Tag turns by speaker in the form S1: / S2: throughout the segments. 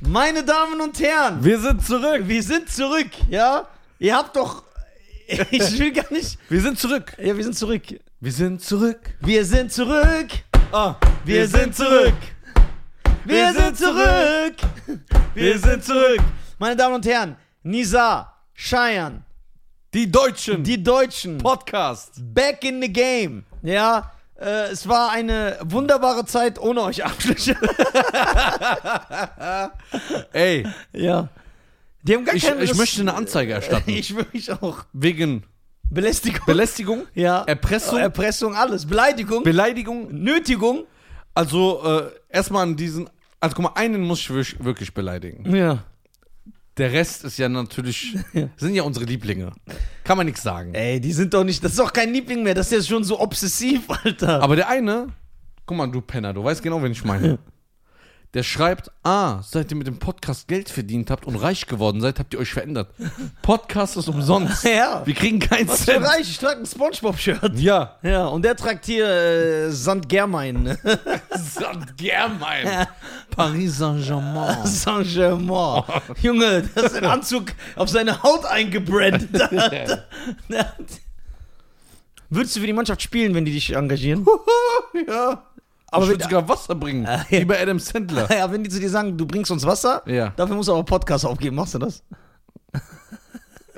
S1: Meine Damen und Herren,
S2: Wir sind zurück.
S1: wir sind zurück, ja? Ihr habt doch. Ich will gar nicht.
S2: Wir sind zurück.
S1: Ja, wir sind zurück.
S2: Wir sind zurück.
S1: Wir sind zurück.
S2: Ah,
S1: Wir sind zurück. Wir
S2: Wir
S1: sind
S2: sind
S1: zurück.
S2: Wir sind zurück.
S1: Meine Damen und Herren, Nisa, Cheyenne,
S2: Die Deutschen.
S1: die Deutschen,
S2: Podcast.
S1: back in the game. Ja, äh, es war eine wunderbare Zeit ohne euch Arschlöcher.
S2: Ey,
S1: Ja. Die haben gar
S2: ich,
S1: keinen
S2: ich
S1: Riss-
S2: möchte eine Anzeige erstatten.
S1: Ich will mich auch.
S2: Wegen
S1: Belästigung.
S2: Belästigung,
S1: ja. Äh,
S2: Erpressung,
S1: Erpressung, alles. Beleidigung.
S2: Beleidigung.
S1: Nötigung.
S2: Also äh, erstmal an diesen. Also guck mal, einen muss ich wirklich- wirklich beleidigen.
S1: Ja.
S2: Der Rest ist ja natürlich.
S1: Ja. Äh.
S2: Sind ja unsere Lieblinge. Kann man nichts sagen.
S1: Ey, die sind doch nicht. Das ist doch kein Liebling mehr. Das ist ja schon so obsessiv, Alter.
S2: Aber der eine, guck mal, du Penner, du weißt genau, wen ich meine. Der schreibt, ah, seit ihr mit dem Podcast Geld verdient habt und reich geworden seid, habt ihr euch verändert. Podcast ist umsonst.
S1: ja.
S2: Wir kriegen keinen
S1: Was für
S2: Cent.
S1: reich? Ich trage ein Spongebob-Shirt.
S2: Ja.
S1: Ja, und der tragt hier äh, St. Germain.
S2: Saint Germain. Paris Saint-Germain.
S1: Saint-Germain. Junge, das ist ein Anzug auf seine Haut eingebrannt. Würdest du für die Mannschaft spielen, wenn die dich engagieren?
S2: ja. Aber
S1: Aber
S2: ich
S1: wenn,
S2: würde sogar Wasser bringen.
S1: Ah, ja.
S2: Wie bei Adam Sandler.
S1: ja, wenn die zu dir sagen, du bringst uns Wasser,
S2: Ja.
S1: dafür musst du aber Podcast aufgeben. Machst du das?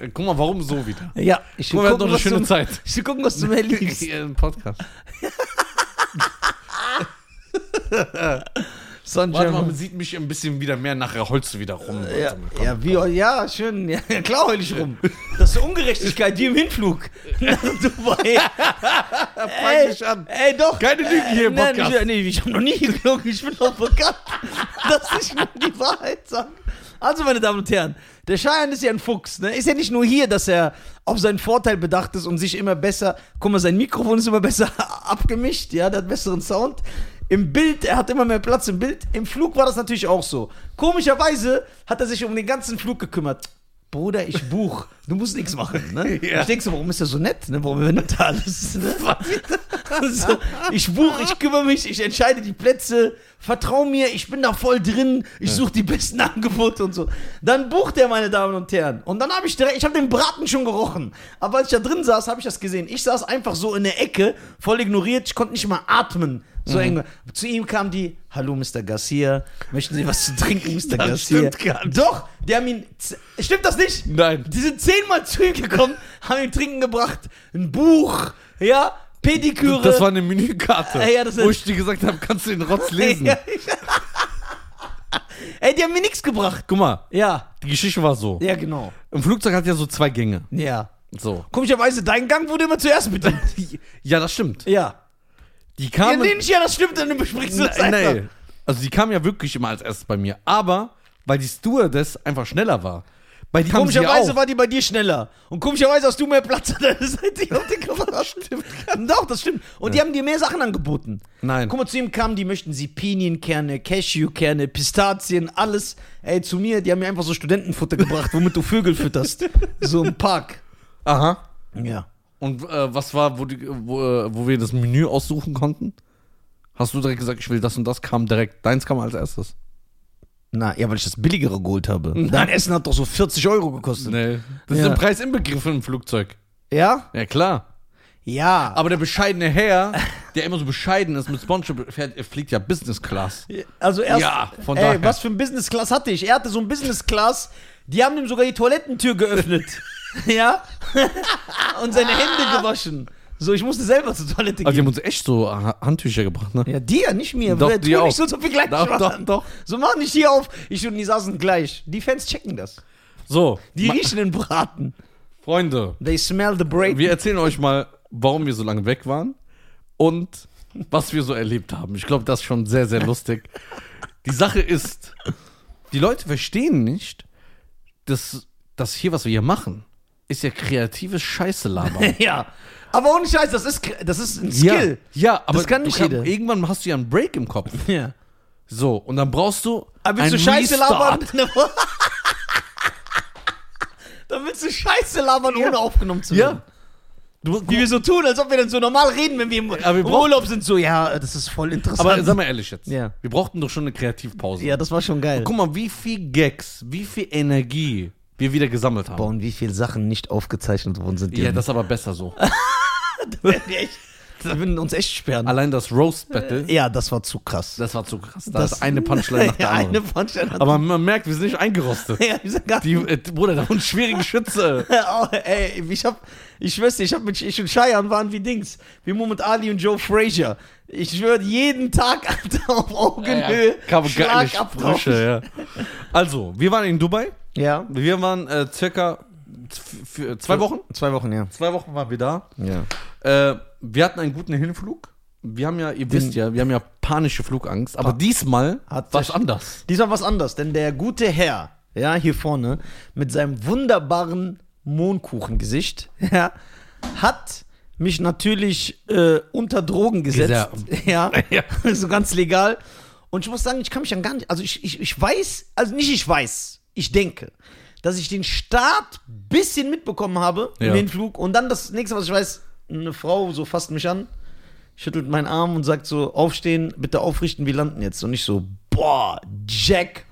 S2: Äh, Guck mal, warum so wieder?
S1: Ja, ich
S2: Guck mal, wir hatten doch eine schöne
S1: du,
S2: Zeit.
S1: Ich will gucken, was du mehr liebst.
S2: Hier Im Podcast. Warte mal, man
S1: Saint-Germain.
S2: sieht mich ein bisschen wieder mehr. Nachher holst du wieder rum. Warte
S1: Ja,
S2: mal, komm.
S1: ja, wie, ja, schön. Ja, klar heul ich rum. Das ist eine Ungerechtigkeit, wie im Hinflug. Nach Dubai.
S2: Fang dich an.
S1: Ey, doch.
S2: Keine Lügen hier im
S1: Nein,
S2: Podcast.
S1: ich, nee, ich habe noch nie gelogen. Ich bin doch bekannt, dass ich nur die Wahrheit sage. Also, meine Damen und Herren, der Scheiern ist ja ein Fuchs. Ne? Ist ja nicht nur hier, dass er auf seinen Vorteil bedacht ist und sich immer besser. Guck mal, sein Mikrofon ist immer besser abgemischt. Ja, der hat besseren Sound. Im Bild, er hat immer mehr Platz im Bild. Im Flug war das natürlich auch so. Komischerweise hat er sich um den ganzen Flug gekümmert. Bruder, ich buch. Du musst nichts machen. Ne?
S2: Ja.
S1: Ich denke so, warum ist er so nett? Ne? Warum übernimmt er alles? Ne? Also, ich buche, ich kümmere mich, ich entscheide die Plätze, vertrau mir, ich bin da voll drin, ich suche die besten Angebote und so. Dann bucht er, meine Damen und Herren. Und dann habe ich direkt, ich habe den Braten schon gerochen. Aber als ich da drin saß, habe ich das gesehen. Ich saß einfach so in der Ecke, voll ignoriert, ich konnte nicht mal atmen. So
S2: Mhm.
S1: eng. Zu ihm kam die, hallo Mr. Garcia, möchten Sie was zu trinken, Mr.
S2: Das
S1: Garcia?
S2: stimmt gar nicht.
S1: Doch, die haben ihn, stimmt das nicht?
S2: Nein.
S1: Die sind zehnmal zu ihm gekommen, haben ihm Trinken gebracht, ein Buch, ja, Pediküre.
S2: Das war eine Menükarte,
S1: Äh, ja, das
S2: wo
S1: ist-
S2: ich dir gesagt habe, kannst du den Rotz lesen.
S1: Ja. Ey, die haben mir nichts gebracht.
S2: Guck mal,
S1: Ja,
S2: die Geschichte war so.
S1: ja, genau.
S2: Im Flugzeug hat ja so zwei Gänge.
S1: Ja.
S2: So.
S1: Komischerweise, dein Gang wurde immer zuerst bedient.
S2: Ja, das stimmt.
S1: ja.
S2: Die
S1: Ja,
S2: kamen.
S1: nee, nicht, ja, das stimmt, dann besprichst du das
S2: Nein,
S1: einfach.
S2: nein. Also die kamen ja wirklich immer als erstes bei mir. Aber weil die Stewardess einfach schneller war. Bei die kamen sie ja
S1: Komischerweise
S2: auch.
S1: war die bei dir schneller. Und komischerweise hast du mehr Platz an deiner Seite. Ich hab den Kameraden. stimmt. Doch, das stimmt. Und die haben dir mehr Sachen angeboten.
S2: Nein.
S1: Guck mal, zu ihm kamen, die möchten sie Pinienkerne, Cashewkerne, Pistazien, alles. Ey, zu mir, die haben mir einfach so Studentenfutter gebracht, womit du Vögel fütterst. So im Park.
S2: Aha.
S1: Ja.
S2: Und äh, was war, wo, die, wo, äh, wo wir das Menü aussuchen konnten? Hast du direkt gesagt, ich will das und das, kam direkt. Deins kam als erstes.
S1: Na, ja, weil ich das billigere geholt habe. Dein Essen hat doch so 40 Euro gekostet.
S2: Nee. Das
S1: Ja.
S2: ist im Preis inbegriffen im Flugzeug.
S1: Ja?
S2: Ja, klar.
S1: Ja.
S2: Aber der bescheidene Herr, der immer so bescheiden ist mit Spongebob, fährt, er fliegt ja Business Class.
S1: Also erst,
S2: Ja, von
S1: ey,
S2: daher.
S1: was für ein Business Class hatte ich? Er hatte so ein Business Class, die haben ihm sogar die Toilettentür geöffnet. ja? Und seine Hände gewaschen. So, ich musste selber zur Toilette
S2: Also die
S1: gehen.
S2: haben uns echt so Ha- Handtücher gebracht, ne?
S1: Ja, dir, nicht mir.
S2: Doch,
S1: Wer-
S2: die
S1: tu
S2: auch.
S1: nicht so, so viel gleich
S2: Doch,
S1: machen.
S2: doch, doch.
S1: So mach nicht hier auf. Ich und die saßen gleich. Die Fans checken das.
S2: So,
S1: Die
S2: Ma-
S1: riechen den Braten.
S2: Freunde,
S1: They smell the break.
S2: wir erzählen euch mal, warum wir so lange weg waren und was wir so erlebt haben. Ich glaube, das ist schon sehr, sehr lustig. Die Sache ist, die Leute verstehen nicht, dass das hier, was wir hier machen, ist ja kreatives Scheißelabern.
S1: ja. Aber ohne Scheiß, das ist, das ist ein Skill.
S2: Ja, ja, aber
S1: Das kann
S2: du
S1: nicht jeder.
S2: irgendwann hast du ja einen Break im Kopf.
S1: Ja.
S2: So, und dann brauchst du.
S1: Aber willst
S2: einen
S1: du Scheiße
S2: Restart.
S1: labern? Dann willst du Scheiße labern, ohne aufgenommen zu werden.
S2: Ja. Du,
S1: Wie wir so tun, als ob wir dann so normal reden, wenn wir im,
S2: Aber wir
S1: im
S2: brauchen-
S1: Urlaub sind. So, ja, das ist voll interessant.
S2: aber sag mal ehrlich jetzt.
S1: Ja.
S2: Wir brauchten doch schon eine Kreativpause.
S1: ja, das war schon geil.
S2: Guck mal, wie viel Gags, wie viel Energie wir wieder gesammelt haben.
S1: Boah, und wie viele Sachen nicht aufgezeichnet worden sind.
S2: Ja, das ist aber besser so.
S1: wir würden uns echt sperren.
S2: Allein das Roast Battle,
S1: Ja, das war zu krass.
S2: das war zu krass. Da
S1: Äh, Das-
S2: ist eine Punchline nach der
S1: Ja,
S2: anderen.
S1: eine Punchline. hat-
S2: Aber man merkt, wir sind nicht eingerostet.
S1: ja, ich sag gar
S2: Die, äh, Bruder, da war ein schwieriger Schütze.
S1: oh, ey, ich hab, ich schwör's dir, ich hab mit, ich und Cheyenne waren wie Dings, wie Muhammad Ali und Joe Frazier. Ich schwör jeden Tag, Alter, auf Augenhöhe,
S2: Äh, Kam geile
S1: Schlagabtausch.
S2: Sprüche, ja. Also, wir waren in Dubai.
S1: Ja.
S2: Wir waren äh, circa f- für zwei Wochen.
S1: Zwei Wochen, ja.
S2: Zwei Wochen waren wir da.
S1: Ja.
S2: Äh, wir hatten einen guten Hinflug. Wir haben ja, ihr wisst ja, wir haben ja panische Flugangst. Aber diesmal
S1: Hat
S2: war es
S1: sich-
S2: anders.
S1: Diesmal was anders, denn der gute Herr, ja, hier vorne, mit seinem wunderbaren Mohnkuchengesicht, ja, hat mich natürlich äh, unter Drogen gesetzt. Ja,
S2: Ja.
S1: so ganz legal. Und ich muss sagen, ich kann mich dann gar nicht, also ich, ich, ich weiß, also nicht ich weiß, ich denke, dass ich den Start bisschen mitbekommen habe,
S2: Ja.
S1: in den Flug. Und dann das nächste, was ich weiß, eine Frau so fasst mich an schüttelt meinen Arm und sagt so, aufstehen, bitte aufrichten, wir landen jetzt. Und ich so, boah, Jack,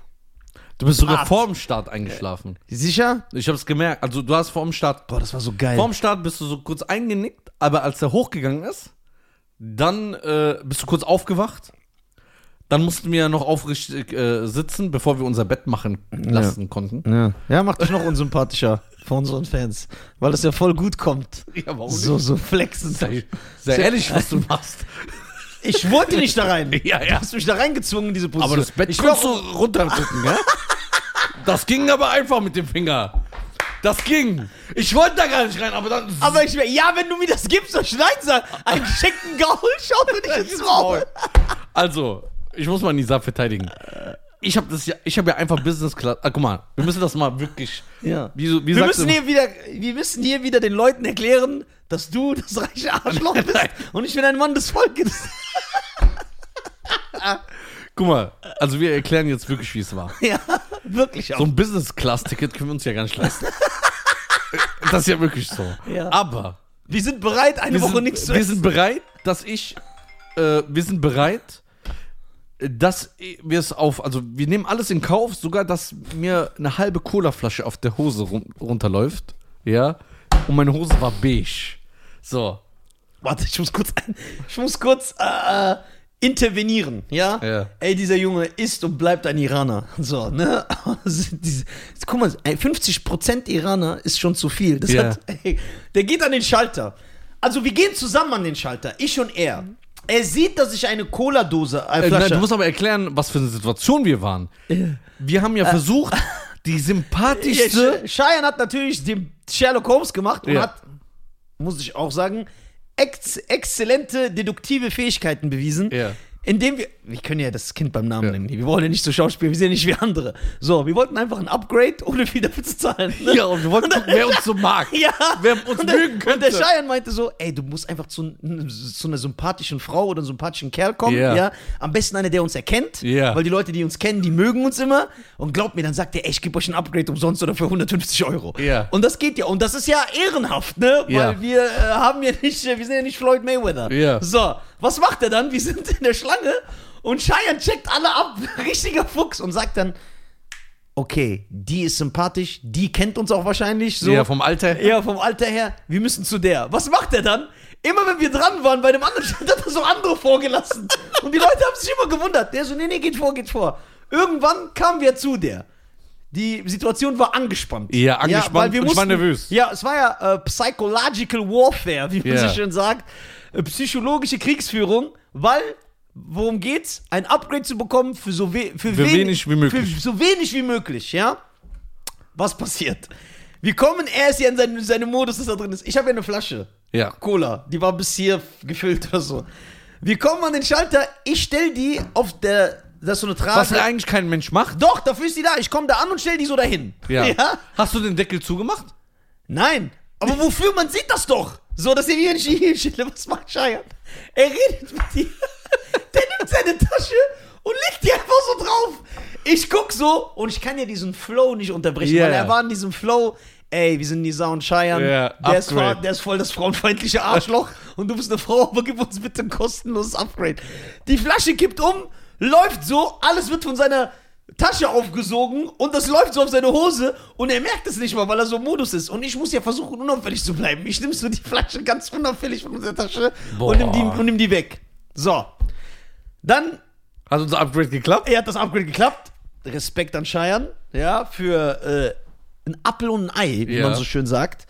S2: Du bist sogar
S1: Hart. Äh.
S2: vorm Start eingeschlafen.
S1: sicher?
S2: Ich hab's gemerkt. Also, du hast vorm Start.
S1: Boah, das war so geil.
S2: Vorm Start bist du so kurz eingenickt, aber als er hochgegangen ist, dann äh, bist du kurz aufgewacht. Dann mussten wir noch aufrichtig äh, sitzen, bevor wir unser Bett machen lassen konnten.
S1: ja. ja, macht dich noch unsympathischer vor unseren Fans, weil das ja voll gut kommt.
S2: Ja, warum
S1: So, so flexen.
S2: Sei, sei ehrlich, was du machst.
S1: Ich wollte nicht da rein.
S2: Ja, ja.
S1: Du hast mich da reingezwungen in diese Position. ich war
S2: konntest du runterdrücken, gell? Das ging aber einfach mit dem Finger. Das ging. Ich wollte da gar nicht rein, aber dann.
S1: aber ich wär- ja, wenn du mir das gibst, dann schneid's an. Einen gescheckten Gaul, schau mir nicht ins Maul.
S2: Also, ich muss mal Nisa verteidigen. Ich habe das ja, ich habe ja einfach Business Class. Ah, guck mal, wir müssen das mal wirklich.
S1: Ja.
S2: Wie, so- wie
S1: Wir
S2: sagst
S1: müssen,
S2: du-
S1: hier wieder, wir müssen hier wieder den Leuten erklären, dass du das reiche Arschloch bist
S2: Nein.
S1: und ich bin ein Mann des Volkes.
S2: Guck mal, also wir erklären jetzt wirklich, wie es war.
S1: Ja, wirklich auch.
S2: So ein Business Class Ticket können wir uns ja gar nicht leisten. das ist ja wirklich so.
S1: Ja.
S2: Aber
S1: wir sind bereit, eine
S2: wir
S1: Woche
S2: sind,
S1: nichts zu
S2: wir
S1: essen.
S2: sind bereit, dass ich, äh, wir sind bereit, dass wir es auf, also wir nehmen alles in Kauf, sogar, dass mir eine halbe Colaflasche auf der Hose run runterläuft, ja, und meine Hose war beige. So,
S1: Warte, ich muss kurz, ein, ich muss kurz äh, äh, intervenieren, ja?
S2: Ja.
S1: Ey, dieser Junge ist und bleibt ein Iraner. So, ne? Also, diese- Guck mal, ey, 50% Iraner ist schon zu viel. Das
S2: Ja.
S1: hat, ey, der geht an den Schalter. Also, wir gehen zusammen an den Schalter, ich und er. Er sieht, dass ich eine Cola-Dose, äh,
S2: äh, nein,
S1: Flasche...
S2: du musst aber erklären, was für eine Situation wir waren. Wir haben ja
S1: Äh.
S2: versucht, die sympathischste,
S1: Ja, Sh- Cheyenne hat natürlich den Sherlock Holmes gemacht und
S2: Ja.
S1: hat, muss ich auch sagen, ex exzellente deduktive Fähigkeiten bewiesen.
S2: Ja.
S1: Indem wir, wir können ja das Kind beim Namen
S2: Ja.
S1: nennen. Wir wollen ja nicht so Schauspiel, wir sind ja nicht wie andere. So, wir wollten einfach ein Upgrade, ohne viel dafür zu zahlen. ne?
S2: ja, und wir wollten gucken, wer uns so mag,
S1: Ja.
S2: wer uns
S1: Und der,
S2: mögen
S1: und
S2: könnte.
S1: der Cheyenne meinte so, ey, du musst einfach zu, zu einer sympathischen Frau oder einem sympathischen Kerl kommen,
S2: Ja.
S1: ja. Am besten einer, der uns erkennt,
S2: Ja.
S1: weil die Leute, die uns kennen, die mögen uns immer. Und glaubt mir, dann sagt er, ey, ich gebe euch ein Upgrade umsonst oder für 150 Euro.
S2: Ja.
S1: Und das geht ja. Und das ist ja ehrenhaft, ne? Weil
S2: Ja.
S1: wir äh, haben ja nicht, äh, wir sind ja nicht Floyd Mayweather.
S2: Ja.
S1: So, was macht er dann? Wir sind in der Schlange und Cheyenne checkt alle ab, richtiger Fuchs, und sagt dann, okay, die ist sympathisch, die kennt uns auch wahrscheinlich. So.
S2: Ja, vom Alter her.
S1: Ja, vom Alter her, wir müssen zu der. Was macht er dann? Immer wenn wir dran waren, bei dem anderen Stand hat er so andere vorgelassen. Und die Leute haben sich immer gewundert. Der so, nee, nee, geht vor, geht vor. Irgendwann kamen wir zu der. Die Situation war angespannt.
S2: Ja, angespannt
S1: weil wir
S2: und ich war
S1: mussten-
S2: nervös.
S1: Ja, es war ja äh, Psychological Warfare, wie man
S2: Ja.
S1: so schön sagt. Äh, Psychologische Kriegsführung, weil, worum geht's? Ein Upgrade zu bekommen für so we für
S2: Für wenig wie möglich.
S1: Für so wenig wie möglich, ja? Was passiert? Wir kommen, er ist ja in seinem, seinem Modus, dass da drin ist. Ich habe ja eine Flasche.
S2: Ja.
S1: Cola, die war bis hier gefüllt oder so. Wir kommen an den Schalter, ich stell die auf der. Das ist so eine Trage.
S2: Was ja eigentlich kein Mensch macht.
S1: Doch, dafür ist die da. Ich komme da an und stell die so dahin.
S2: Hast du den Deckel zugemacht?
S1: Nein. Aber wofür? Man sieht das doch. So, dass er wie ein Schiele, was macht Scheiern? Er redet mit dir. Der nimmt seine Tasche und legt die einfach so drauf. Ich guck so und ich kann ja diesen Flow nicht unterbrechen,
S2: Ja.
S1: weil er war in diesem Flow. ey, wir sind Nisa und Cheyenne,
S2: Ja,
S1: der, ist
S2: Upgrade.
S1: voll, der ist voll das frauenfeindliche Arschloch und du bist eine Frau, aber gib uns bitte ein kostenloses Upgrade. Die Flasche kippt um, läuft so, alles wird von seiner Tasche aufgesogen und das läuft so auf seine Hose und er merkt es nicht mal, weil er so im Modus ist. Und ich muss ja versuchen, unauffällig zu bleiben. Ich nimm so die Flasche ganz unauffällig von der Tasche
S2: Boah.
S1: und nimm, die, und nimm die weg. So. Dann
S2: Hat unser Upgrade geklappt?
S1: er hat das Upgrade geklappt. Respekt an Scheiern, ja, für äh, ein Appel und ein Ei, wie
S2: Ja.
S1: man so schön sagt.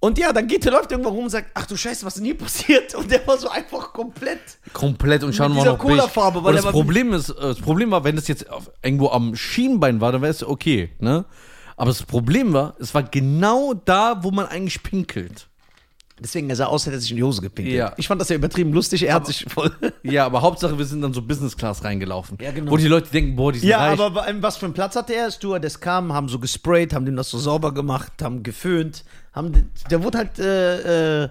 S1: Und ja, dann geht der läuft irgendwann rum und sagt, ach du Scheiße, was ist denn hier passiert? Und der war so einfach komplett.
S2: Komplett und schauen
S1: Mit
S2: wir
S1: dieser
S2: noch Bild.
S1: Cola-Farbe, weil
S2: Und
S1: der
S2: das
S1: war-
S2: Problem ist, äh, das Problem war, wenn das jetzt auf, irgendwo am Schienbein war, dann wäre es okay, ne? Aber das Problem war, es war genau da, wo man eigentlich pinkelt.
S1: Deswegen, er sah aus, hätte er sich in die Hose gepinkelt.
S2: Ja.
S1: Ich fand das ja übertrieben lustig, er hat sich voll.
S2: Ja, aber Hauptsache, wir sind dann so Business Class reingelaufen.
S1: Ja, genau.
S2: Wo die Leute denken, boah, die sind
S1: Ja,
S2: reich.
S1: aber wa- was für einen Platz hatte er? Stewardess kam, haben so gesprayt, haben dem das so sauber gemacht, haben geföhnt, haben, den- der wurde halt äh, äh,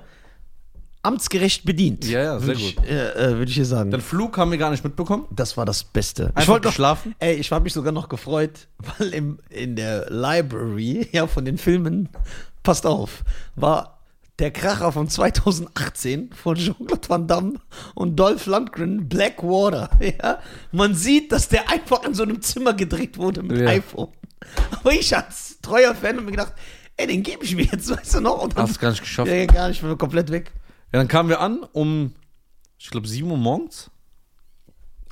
S1: amtsgerecht bedient.
S2: Ja, ja, sehr
S1: Würde ich-
S2: gut.
S1: Äh, äh, Würde ich hier sagen.
S2: Den Flug haben wir gar nicht mitbekommen.
S1: Das war das Beste.
S2: Einfach
S1: wollte noch-
S2: geschlafen?
S1: Ey, ich habe mich sogar noch gefreut, weil im, in der Library, ja, von den Filmen, passt auf, war der Kracher von 2018 von Jean-Claude Van Damme und Dolph Lundgren, Blackwater. Ja? Man sieht, dass der einfach in so einem Zimmer gedreht wurde mit
S2: Ja.
S1: iPhone. Aber ich als treuer Fan habe mir gedacht, ey, den gebe ich mir jetzt, weißt du noch? Und dann,
S2: Hast gar nicht geschafft.
S1: ja, ja, gar nicht, ich bin komplett weg.
S2: Ja, dann kamen wir an um, ich glaube, 7 Uhr morgens.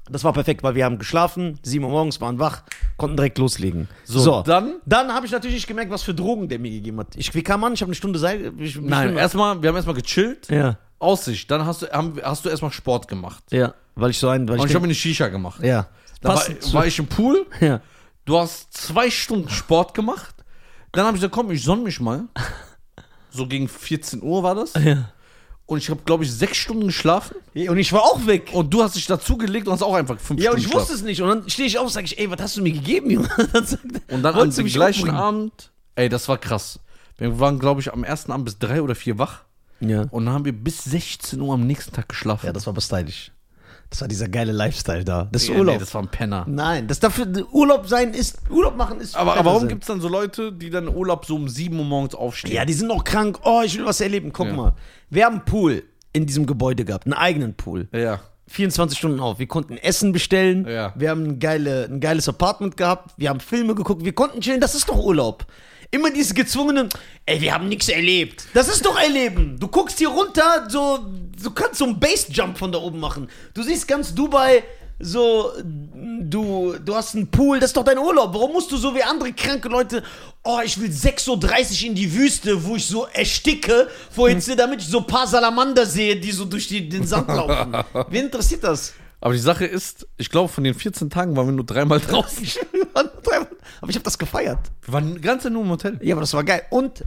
S1: Das war perfekt, weil wir haben geschlafen, 7 Uhr morgens waren wach, konnten direkt loslegen. So,
S2: dann-
S1: dann habe ich natürlich nicht gemerkt, was für Drogen der mir gegeben hat. Ich, wie kam man? Ich habe eine Stunde Seil. Ich,
S2: Nein,
S1: ich,
S2: erstmal, wir haben erstmal gechillt.
S1: Ja,
S2: Aussicht. Dann hast du, haben, hast du erstmal Sport gemacht.
S1: ja, weil ich so einen, weil
S2: Und
S1: ich,
S2: ich habe mir eine Shisha gemacht.
S1: denk- ja,
S2: Da war,
S1: Passend zu-
S2: war ich im Pool.
S1: ja.
S2: Du hast zwei Stunden Sport gemacht. Dann habe ich gesagt, komm, ich sonne mich mal. So gegen 14 Uhr war das.
S1: ja.
S2: Und ich habe, glaube ich, sechs Stunden geschlafen.
S1: Und ich war auch weg.
S2: Und du hast dich dazugelegt und hast auch einfach fünf
S1: ja, und
S2: Stunden
S1: ich wusste es nicht. Und dann stehe ich auf und sage ich, ey, was hast du mir gegeben, Junge? Dann sagt er,
S2: Und dann am
S1: wolltest du mich
S2: gleichen
S1: umbringen?
S2: Abend, ey, das war krass. Wir waren, glaube ich, am ersten Abend bis drei oder vier wach.
S1: Ja.
S2: Und dann haben wir bis 16 Uhr am nächsten Tag geschlafen.
S1: Oh, ja, das war aber stylisch. Das war dieser geile Lifestyle da. Das ist
S2: Ja,
S1: Urlaub.
S2: Nee, das war ein Penner.
S1: Nein, das dafür Urlaub sein ist, Urlaub machen ist.
S2: Aber, aber warum
S1: gibt's
S2: gibt es dann so Leute, die dann Urlaub so um 7 Uhr morgens aufstehen?
S1: Ja, die sind noch krank. Oh, ich will was erleben. Guck
S2: Ja.
S1: mal. Wir haben einen Pool in diesem Gebäude gehabt, einen eigenen Pool.
S2: Ja.
S1: 24 Stunden auf. Wir konnten Essen bestellen.
S2: Ja.
S1: Wir haben ein, geile, ein geiles Apartment gehabt. Wir haben Filme geguckt. Wir konnten chillen. Das ist doch Urlaub. Immer diese gezwungenen, ey, wir haben nichts erlebt. Das ist doch Erleben. Du guckst hier runter, so, du kannst so einen Base-Jump von da oben machen. Du siehst ganz Dubai, so, du, du hast einen Pool, das ist doch dein Urlaub. Warum musst du so wie andere kranke Leute, oh, ich will 6.30 Uhr in die Wüste, wo ich so ersticke, vor Hitze, damit ich so ein paar Salamander sehe, die so durch die, den Sand laufen. Wen interessiert das?
S2: Aber die Sache ist, ich glaube, von den 14 Tagen waren wir nur dreimal draußen.
S1: Ich- aber ich habe das gefeiert.
S2: Wir waren ganz nur im Hotel.
S1: Ja, aber das war geil. Und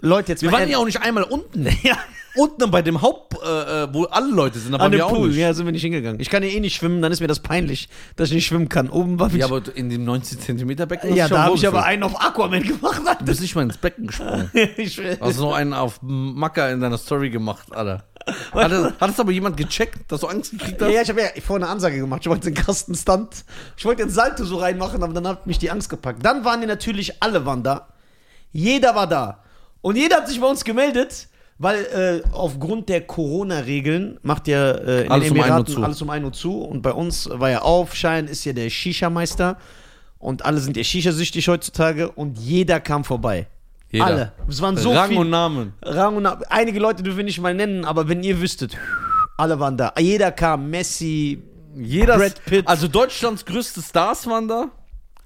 S1: Leute, jetzt
S2: Wir waren
S1: ehrlich-
S2: ja auch nicht einmal unten.
S1: ja,
S2: Unten bei dem Haupt, äh, äh, wo alle Leute sind, da
S1: an
S2: waren
S1: dem
S2: wir auch
S1: Pool.
S2: nicht.
S1: Ja, sind wir nicht hingegangen. Ich kann ja eh nicht schwimmen, dann ist mir das peinlich, dass ich nicht schwimmen kann. Oben war ich.
S2: Ja, aber in dem 90 Zentimeter Becken
S1: Ja,
S2: hast du
S1: da
S2: schon
S1: habe ich aber
S2: wohlgefühlt.
S1: einen auf Aquaman gemacht.
S2: Du
S1: Alter.
S2: bist nicht mal ins Becken gesprungen.
S1: Ich,
S2: Du hast noch einen auf Macker in deiner Story gemacht, Alter. Hat das, hat das aber jemand gecheckt, dass du Angst gekriegt
S1: ja,
S2: hast?
S1: ja, ich habe ja vorher eine Ansage gemacht. Ich wollte den krassen Stunt. Ich wollte den Salto so reinmachen, aber dann hat mich die Angst gepackt. Dann waren die natürlich alle waren da. Jeder war da. Und jeder hat sich bei uns gemeldet, weil äh, aufgrund der Corona-Regeln macht ja äh, in
S2: Alles
S1: den
S2: um ein Uhr
S1: Emiraten
S2: zu.
S1: alles um 1 Uhr zu. Und bei uns war ja auf, Schein ist ja der Shisha-Meister. Und alle sind ja Shisha-süchtig heutzutage. Und jeder kam vorbei.
S2: Jeder.
S1: Alle. Es waren so
S2: Rang
S1: viel-
S2: und Namen.
S1: Rang und Ab- einige Leute dürfen wir nicht mal nennen, aber wenn ihr wüsstet, alle waren da. Jeder kam, Messi,
S2: Jeder,
S1: Brad Pitt.
S2: also Deutschlands größte Stars waren da.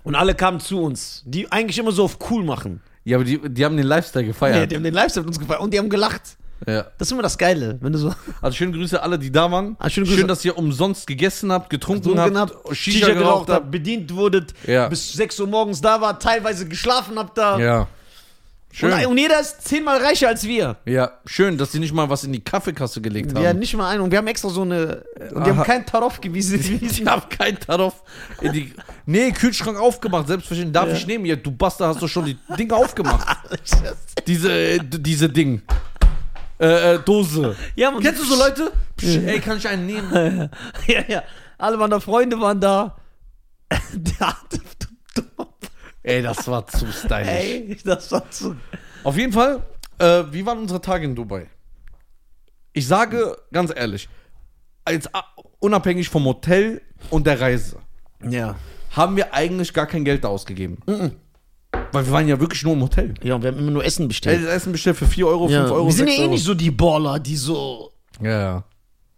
S1: und alle kamen zu uns, die eigentlich immer so auf cool machen.
S2: Ja, aber die, die haben den Lifestyle
S1: Ja,
S2: gefeiert.
S1: die haben den Lifestyle mit uns gefallen und die haben gelacht.
S2: ja.
S1: Das ist immer das Geile, wenn du so
S2: Also schöne Grüße alle, die da waren.
S1: Ah, schöne Grüße.
S2: Schön, dass ihr umsonst gegessen habt, getrunken habt, Shisha, geraucht habt.
S1: bedient wurdet,
S2: Ja.
S1: bis 6 Uhr morgens da war, teilweise geschlafen habt da.
S2: Ja. Schön.
S1: Und, und jeder ist zehnmal reicher als wir.
S2: ja, schön, dass sie nicht mal was in die Kaffeekasse gelegt haben.
S1: Ja, nicht mal ein. Und wir haben extra so eine. Und wir haben
S2: Aha.
S1: keinen Tarov gewiesen.
S2: Ich hab keinen darauf in die. Nee, Kühlschrank aufgemacht, selbstverständlich. Darf ich nehmen? Ja, du Bastard, hast doch schon die Dinge aufgemacht. diese, äh, d- diese Ding. Äh, äh, Dose.
S1: ja, man,
S2: Kennst du so Leute? Psch, ey, kann ich einen nehmen?
S1: Ja, ja. Alle waren da, Freunde waren da. Der hatte.
S2: Ey, das war zu stylisch.
S1: Ey, das war zu.
S2: Auf jeden Fall, äh, wie waren unsere Tage in Dubai? Ich sage ganz ehrlich, als, a- unabhängig vom Hotel und der Reise,
S1: Ja.
S2: haben wir eigentlich gar kein Geld da ausgegeben. Weil wir waren ja wirklich nur im Hotel.
S1: Ja, und wir haben immer nur Essen bestellt.
S2: Das Essen bestellt für 4 Euro, 5
S1: Ja.
S2: Euro.
S1: wir sind ja
S2: 6
S1: eh
S2: Euro.
S1: nicht so die Baller, die so.
S2: Ja, ja.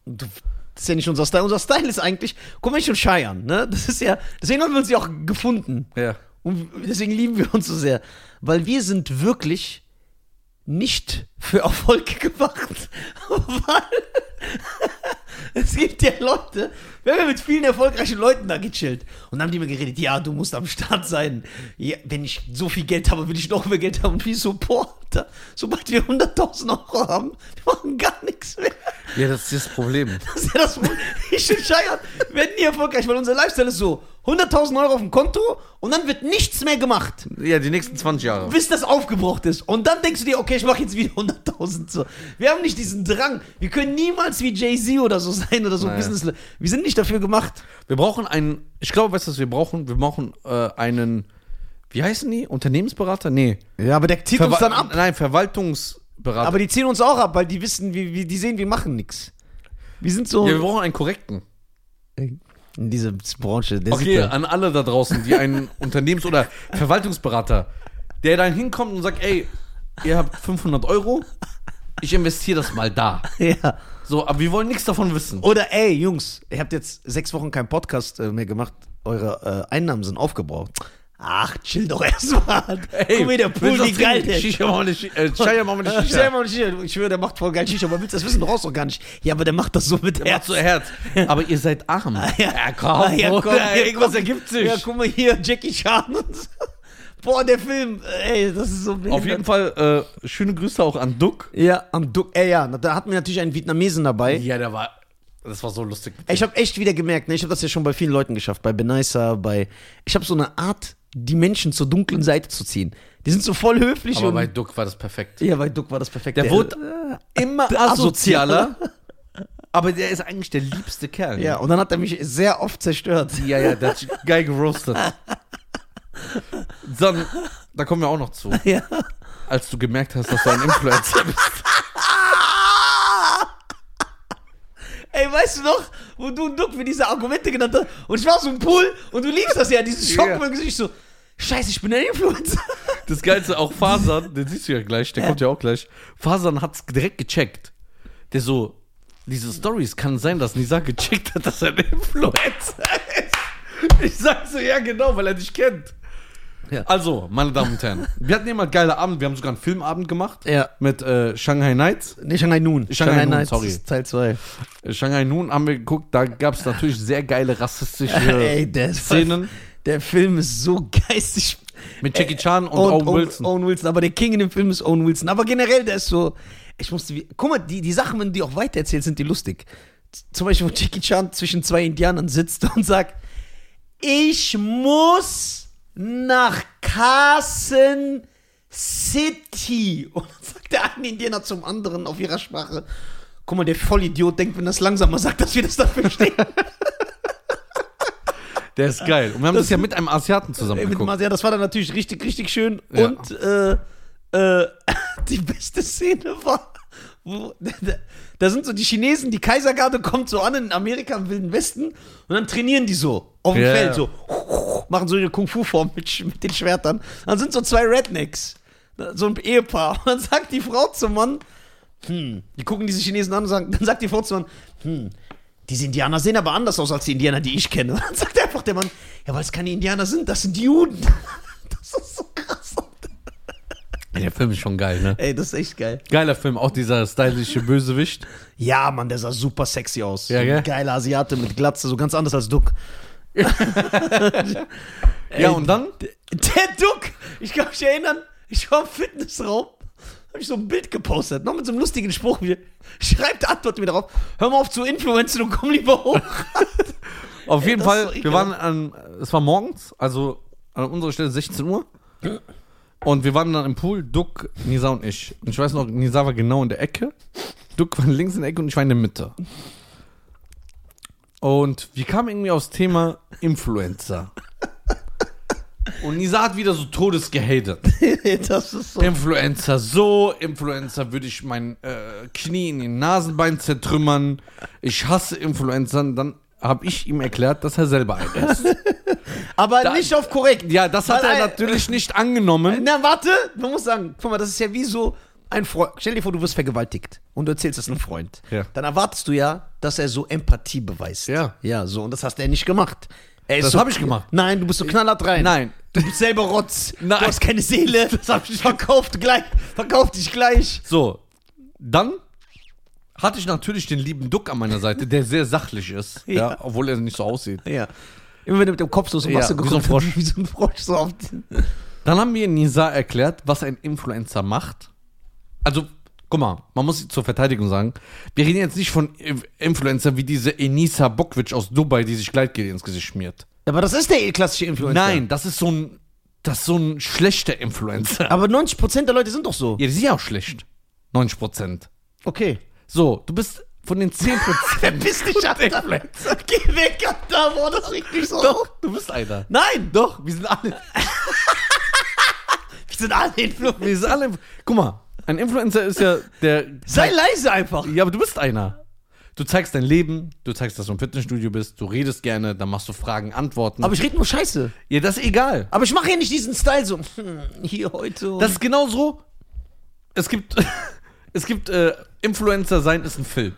S1: Du, das ist ja nicht unser Style. Unser Style ist eigentlich, guck mal, schon Schei an, ne? Das ist ja, deswegen haben wir uns ja auch gefunden.
S2: ja.
S1: Und deswegen lieben wir uns so sehr. Weil wir sind wirklich nicht für Erfolg gemacht. Weil es gibt ja Leute, wir haben ja mit vielen erfolgreichen Leuten da gechillt. Und dann haben die mir geredet, ja, du musst am Start sein. Ja, wenn ich so viel Geld habe, will ich noch mehr Geld haben. Wie Supporter. Sobald wir 100.000 Euro haben, wir machen gar nichts mehr.
S2: Ja, das ist das Problem.
S1: Das ist ja das, ich scheiße, werden nie erfolgreich, weil unser Lifestyle ist so, 100.000 Euro auf dem Konto und dann wird nichts mehr gemacht
S2: Ja, die nächsten 20 Jahre.
S1: bis das aufgebraucht ist. Und dann denkst du dir, okay, ich mache jetzt wieder 100.000. So. Wir haben nicht diesen Drang. Wir können niemals wie Jay-Z oder so sein oder so
S2: Nein.
S1: Business. Wir sind nicht dafür gemacht.
S2: Wir brauchen einen, ich glaube, weißt du, was wir brauchen? Wir brauchen äh, einen, wie heißen die? Unternehmensberater? Nee.
S1: Ja, aber der zieht
S2: Verwa- Nein, Verwaltungsberater.
S1: Aber die ziehen uns auch ab, weil die wissen, wie, wie, die sehen, wir machen nichts. Wir sind so
S2: ja, wir brauchen einen korrekten.
S1: in dieser Branche. Der
S2: Okay,
S1: sieht da-
S2: an alle da draußen, die einen Unternehmens- oder Verwaltungsberater, der dann hinkommt und sagt, ey, ihr habt 500 Euro, ich investiere das mal da.
S1: ja.
S2: So, aber wir wollen nichts davon wissen.
S1: Oder ey, Jungs, ihr habt jetzt sechs Wochen keinen Podcast äh, mehr gemacht. Eure äh, Einnahmen sind aufgebraucht. Ach, chill doch erstmal.
S2: Ey,
S1: Guck mal, der Pool,
S2: willst du
S1: wie
S2: das
S1: geil
S2: trinken?
S1: der ist.
S2: Shisha machen wir nicht, äh, Shia machen wir nicht
S1: Stell dir
S2: Shisha.
S1: mal nicht hin. Ich schwöre, der macht voll geil Shisha, aber willst du das wissen? Du rauchst doch gar nicht. Ja, aber der macht das so mit
S2: Der macht
S1: Herz.
S2: so Herz. Ah, Aber ihr seid arm.
S1: Ja,
S2: komm,
S1: ja,
S2: Bruder,
S1: komm, ja,
S2: irgendwas
S1: komm.
S2: ergibt sich.
S1: Ja, guck mal hier, Jackie Chan und so. Boah, der Film, äh, ey, das ist so
S2: Auf
S1: behindert.
S2: jeden Fall äh, schöne Grüße auch an Duck.
S1: Ja, am Duck, ey, ja, da hatten wir natürlich einen Vietnamesen dabei.
S2: Ja, der war. Das war so lustig.
S1: Ey, Ich habe echt wieder gemerkt, ne, ich habe das ja schon bei vielen Leuten geschafft, bei Benaisa, bei. Ich habe so eine Art, die Menschen zur dunklen Seite zu ziehen. Die sind so voll höflich
S2: Aber
S1: und.
S2: bei Duck war das perfekt.
S1: ja, bei Duck war das perfekt. äh,
S2: Der wurde immer
S1: asozialer.
S2: asozialer. aber der ist eigentlich der liebste Kerl. ne?
S1: Ja, und dann hat er mich sehr oft zerstört.
S2: ja, ja der hat geil geroastet. Dann, da kommen wir auch noch zu.
S1: Ja.
S2: Als du gemerkt hast, dass du ein Influencer bist.
S1: Ey, weißt du noch, wo du und Duck mir diese Argumente genannt hast? Und ich war so im Pool und du liebst das ja, diesen Schock
S2: Ja.
S1: yeah. im Gesicht so. Scheiße, ich bin ein Influencer.
S2: Das Geilste, auch Fasan, den siehst du ja gleich, der kommt ja auch gleich. Fasan hat's direkt gecheckt. Der so, diese Stories kann sein, dass Nisa gecheckt hat, dass er ein Influencer ist. Ich sag so, ja genau, weil er dich kennt.
S1: Ja.
S2: Also, meine Damen und Herren, wir hatten ja mal geile Abend, wir haben sogar einen Filmabend gemacht
S1: Ja.
S2: mit äh, Shanghai Nights.
S1: Nee, Shanghai Noon.
S2: Shanghai Noon,
S1: Nights
S2: sorry.
S1: ist Teil 2.
S2: Äh, Shanghai Noon haben wir geguckt, da gab's natürlich sehr geile rassistische
S1: Ey, der ist
S2: Szenen
S1: Der Film ist so geistig.
S2: mit Jackie Chan und, Owen Wilson.
S1: Owen Wilson, aber der King in dem Film ist Owen Wilson. Aber generell, der ist so. Ich musste. wie- Guck mal, die, die Sachen, wenn du die auch weitererzählst, sind die lustig. Z- Zum Beispiel, wo Jackie Chan zwischen zwei Indianern sitzt und sagt: Ich muss nach Carson City. Und dann sagt der eine Indianer zum anderen auf ihrer Sprache: Guck mal, der Vollidiot denkt, wenn das langsamer sagt, dass wir das dann verstehen.
S2: Der ist geil. Und wir haben das, ja mit einem Asiaten zusammen
S1: Ey, mit
S2: geguckt.
S1: Mas, ja, das war dann natürlich richtig, richtig schön.
S2: Ja.
S1: Und äh, äh, die beste Szene war, wo, da, da sind so die Chinesen, die Kaisergarde kommt so an in Amerika im Wilden Westen und dann trainieren die so auf dem
S2: Ja.
S1: Feld, so machen so eine Kung-Fu-Form mit, Sch- mit den Schwertern. Dann sind so zwei Rednecks, so ein Ehepaar. Und dann sagt die Frau zum Mann, hm, die gucken diese Chinesen an und sagen, dann sagt die Frau zum Mann, hm, diese Indianer sehen aber anders aus als die Indianer, die ich kenne. Und dann sagt einfach der Mann, ja, weil es keine Indianer sind, das sind Juden. Das ist so krass.
S2: Ey, Der Film ist schon geil, ne?
S1: Ey, das ist echt geil.
S2: Geiler Film, auch dieser stylische Bösewicht.
S1: Ja, Mann, der sah super sexy aus.
S2: Ja,
S1: so
S2: gell?
S1: ein geiler Asiate mit Glatze, so ganz anders als Duck.
S2: Ja, und dann?
S1: Der Duck! Ich kann mich erinnern, ich war im Fitnessraum, habe ich so ein Bild gepostet, noch mit so einem lustigen Spruch. Wie, schreibt Antwort mir darauf, hör mal auf zu influenzen und komm lieber hoch.
S2: Auf jeden
S1: das ist
S2: Fall,
S1: so
S2: wir
S1: ekelhaft.
S2: waren an, es war morgens, also an unserer Stelle 16 Uhr. Und wir waren dann im Pool, Duck, Nisa und ich. Und ich weiß noch, Nisa war genau in der Ecke. Duck war links in der Ecke und ich war in der Mitte. Und wir kamen irgendwie aufs Thema Influencer. Und Nisa hat wieder so todesgehatet.
S1: das ist so.
S2: Influencer so, Influencer würde ich mein äh, Knie in ihr Nasenbein zertrümmern. Ich hasse Influencern. Dann habe ich ihm erklärt, dass er selber einer ist.
S1: Aber nicht auf korrekt.
S2: Ja, das hat
S1: Weil
S2: er
S1: ein-
S2: natürlich nicht angenommen.
S1: Na, warte, man muss sagen, guck mal, das ist ja wie so ein Freund. Stell dir vor, du wirst vergewaltigt und du erzählst es einem Freund.
S2: Ja.
S1: Dann erwartest du ja, dass er so Empathie beweist.
S2: Ja.
S1: Ja, so, und das hast er nicht gemacht. Er ist
S2: Das
S1: so,
S2: hab ich gemacht.
S1: Nein, du bist so knallhart rein.
S2: Nein.
S1: Du bist selber Rotz.
S2: Nein.
S1: Du hast keine Seele. Das hab ich verkauft gleich. Verkauf dich gleich.
S2: So, dann hatte ich natürlich den lieben Duck an meiner Seite, der sehr sachlich ist, ja.
S1: Ja.
S2: obwohl er nicht so aussieht.
S1: Ja. Immer wenn du mit dem Kopf so so
S2: Ja,
S1: machst, du
S2: wie so ein
S1: geguckt,
S2: Frosch.
S1: Wie so ein Frosch so auf den.
S2: Dann haben wir Nisa erklärt, was ein Influencer macht. Also, guck mal, man muss zur Verteidigung sagen, wir reden jetzt nicht von Inf- Influencer wie diese Enisa Bokvic aus Dubai, die sich Gleitgel ins Gesicht schmiert.
S1: Aber das ist der klassische Influencer.
S2: Nein, das ist so ein, das ist so ein schlechter Influencer.
S1: Aber 90% der Leute sind doch so.
S2: Ja, die sind ja auch schlecht. 90 Prozent.
S1: Okay.
S2: So, du bist von den 10 Prozent.
S1: Verpiss dich, Alter. Geh weg, Alter. Boah, das regt mich so auf.
S2: du bist einer.
S1: Nein,
S2: Doch, wir sind alle.
S1: wir sind alle Influencer.
S2: Wir sind alle. Guck mal, ein Influencer ist ja der.
S1: Sei leise einfach.
S2: Ja, aber du bist einer. Du zeigst dein Leben, du zeigst, dass du im Fitnessstudio bist, du redest gerne, dann machst du Fragen, Antworten.
S1: Aber ich rede nur Scheiße.
S2: ja, das ist egal.
S1: Aber ich mache ja nicht diesen Style so. hm, Hier heute. und-
S2: Das ist genauso. Es gibt. es gibt. Äh, Influencer sein ist ein Film.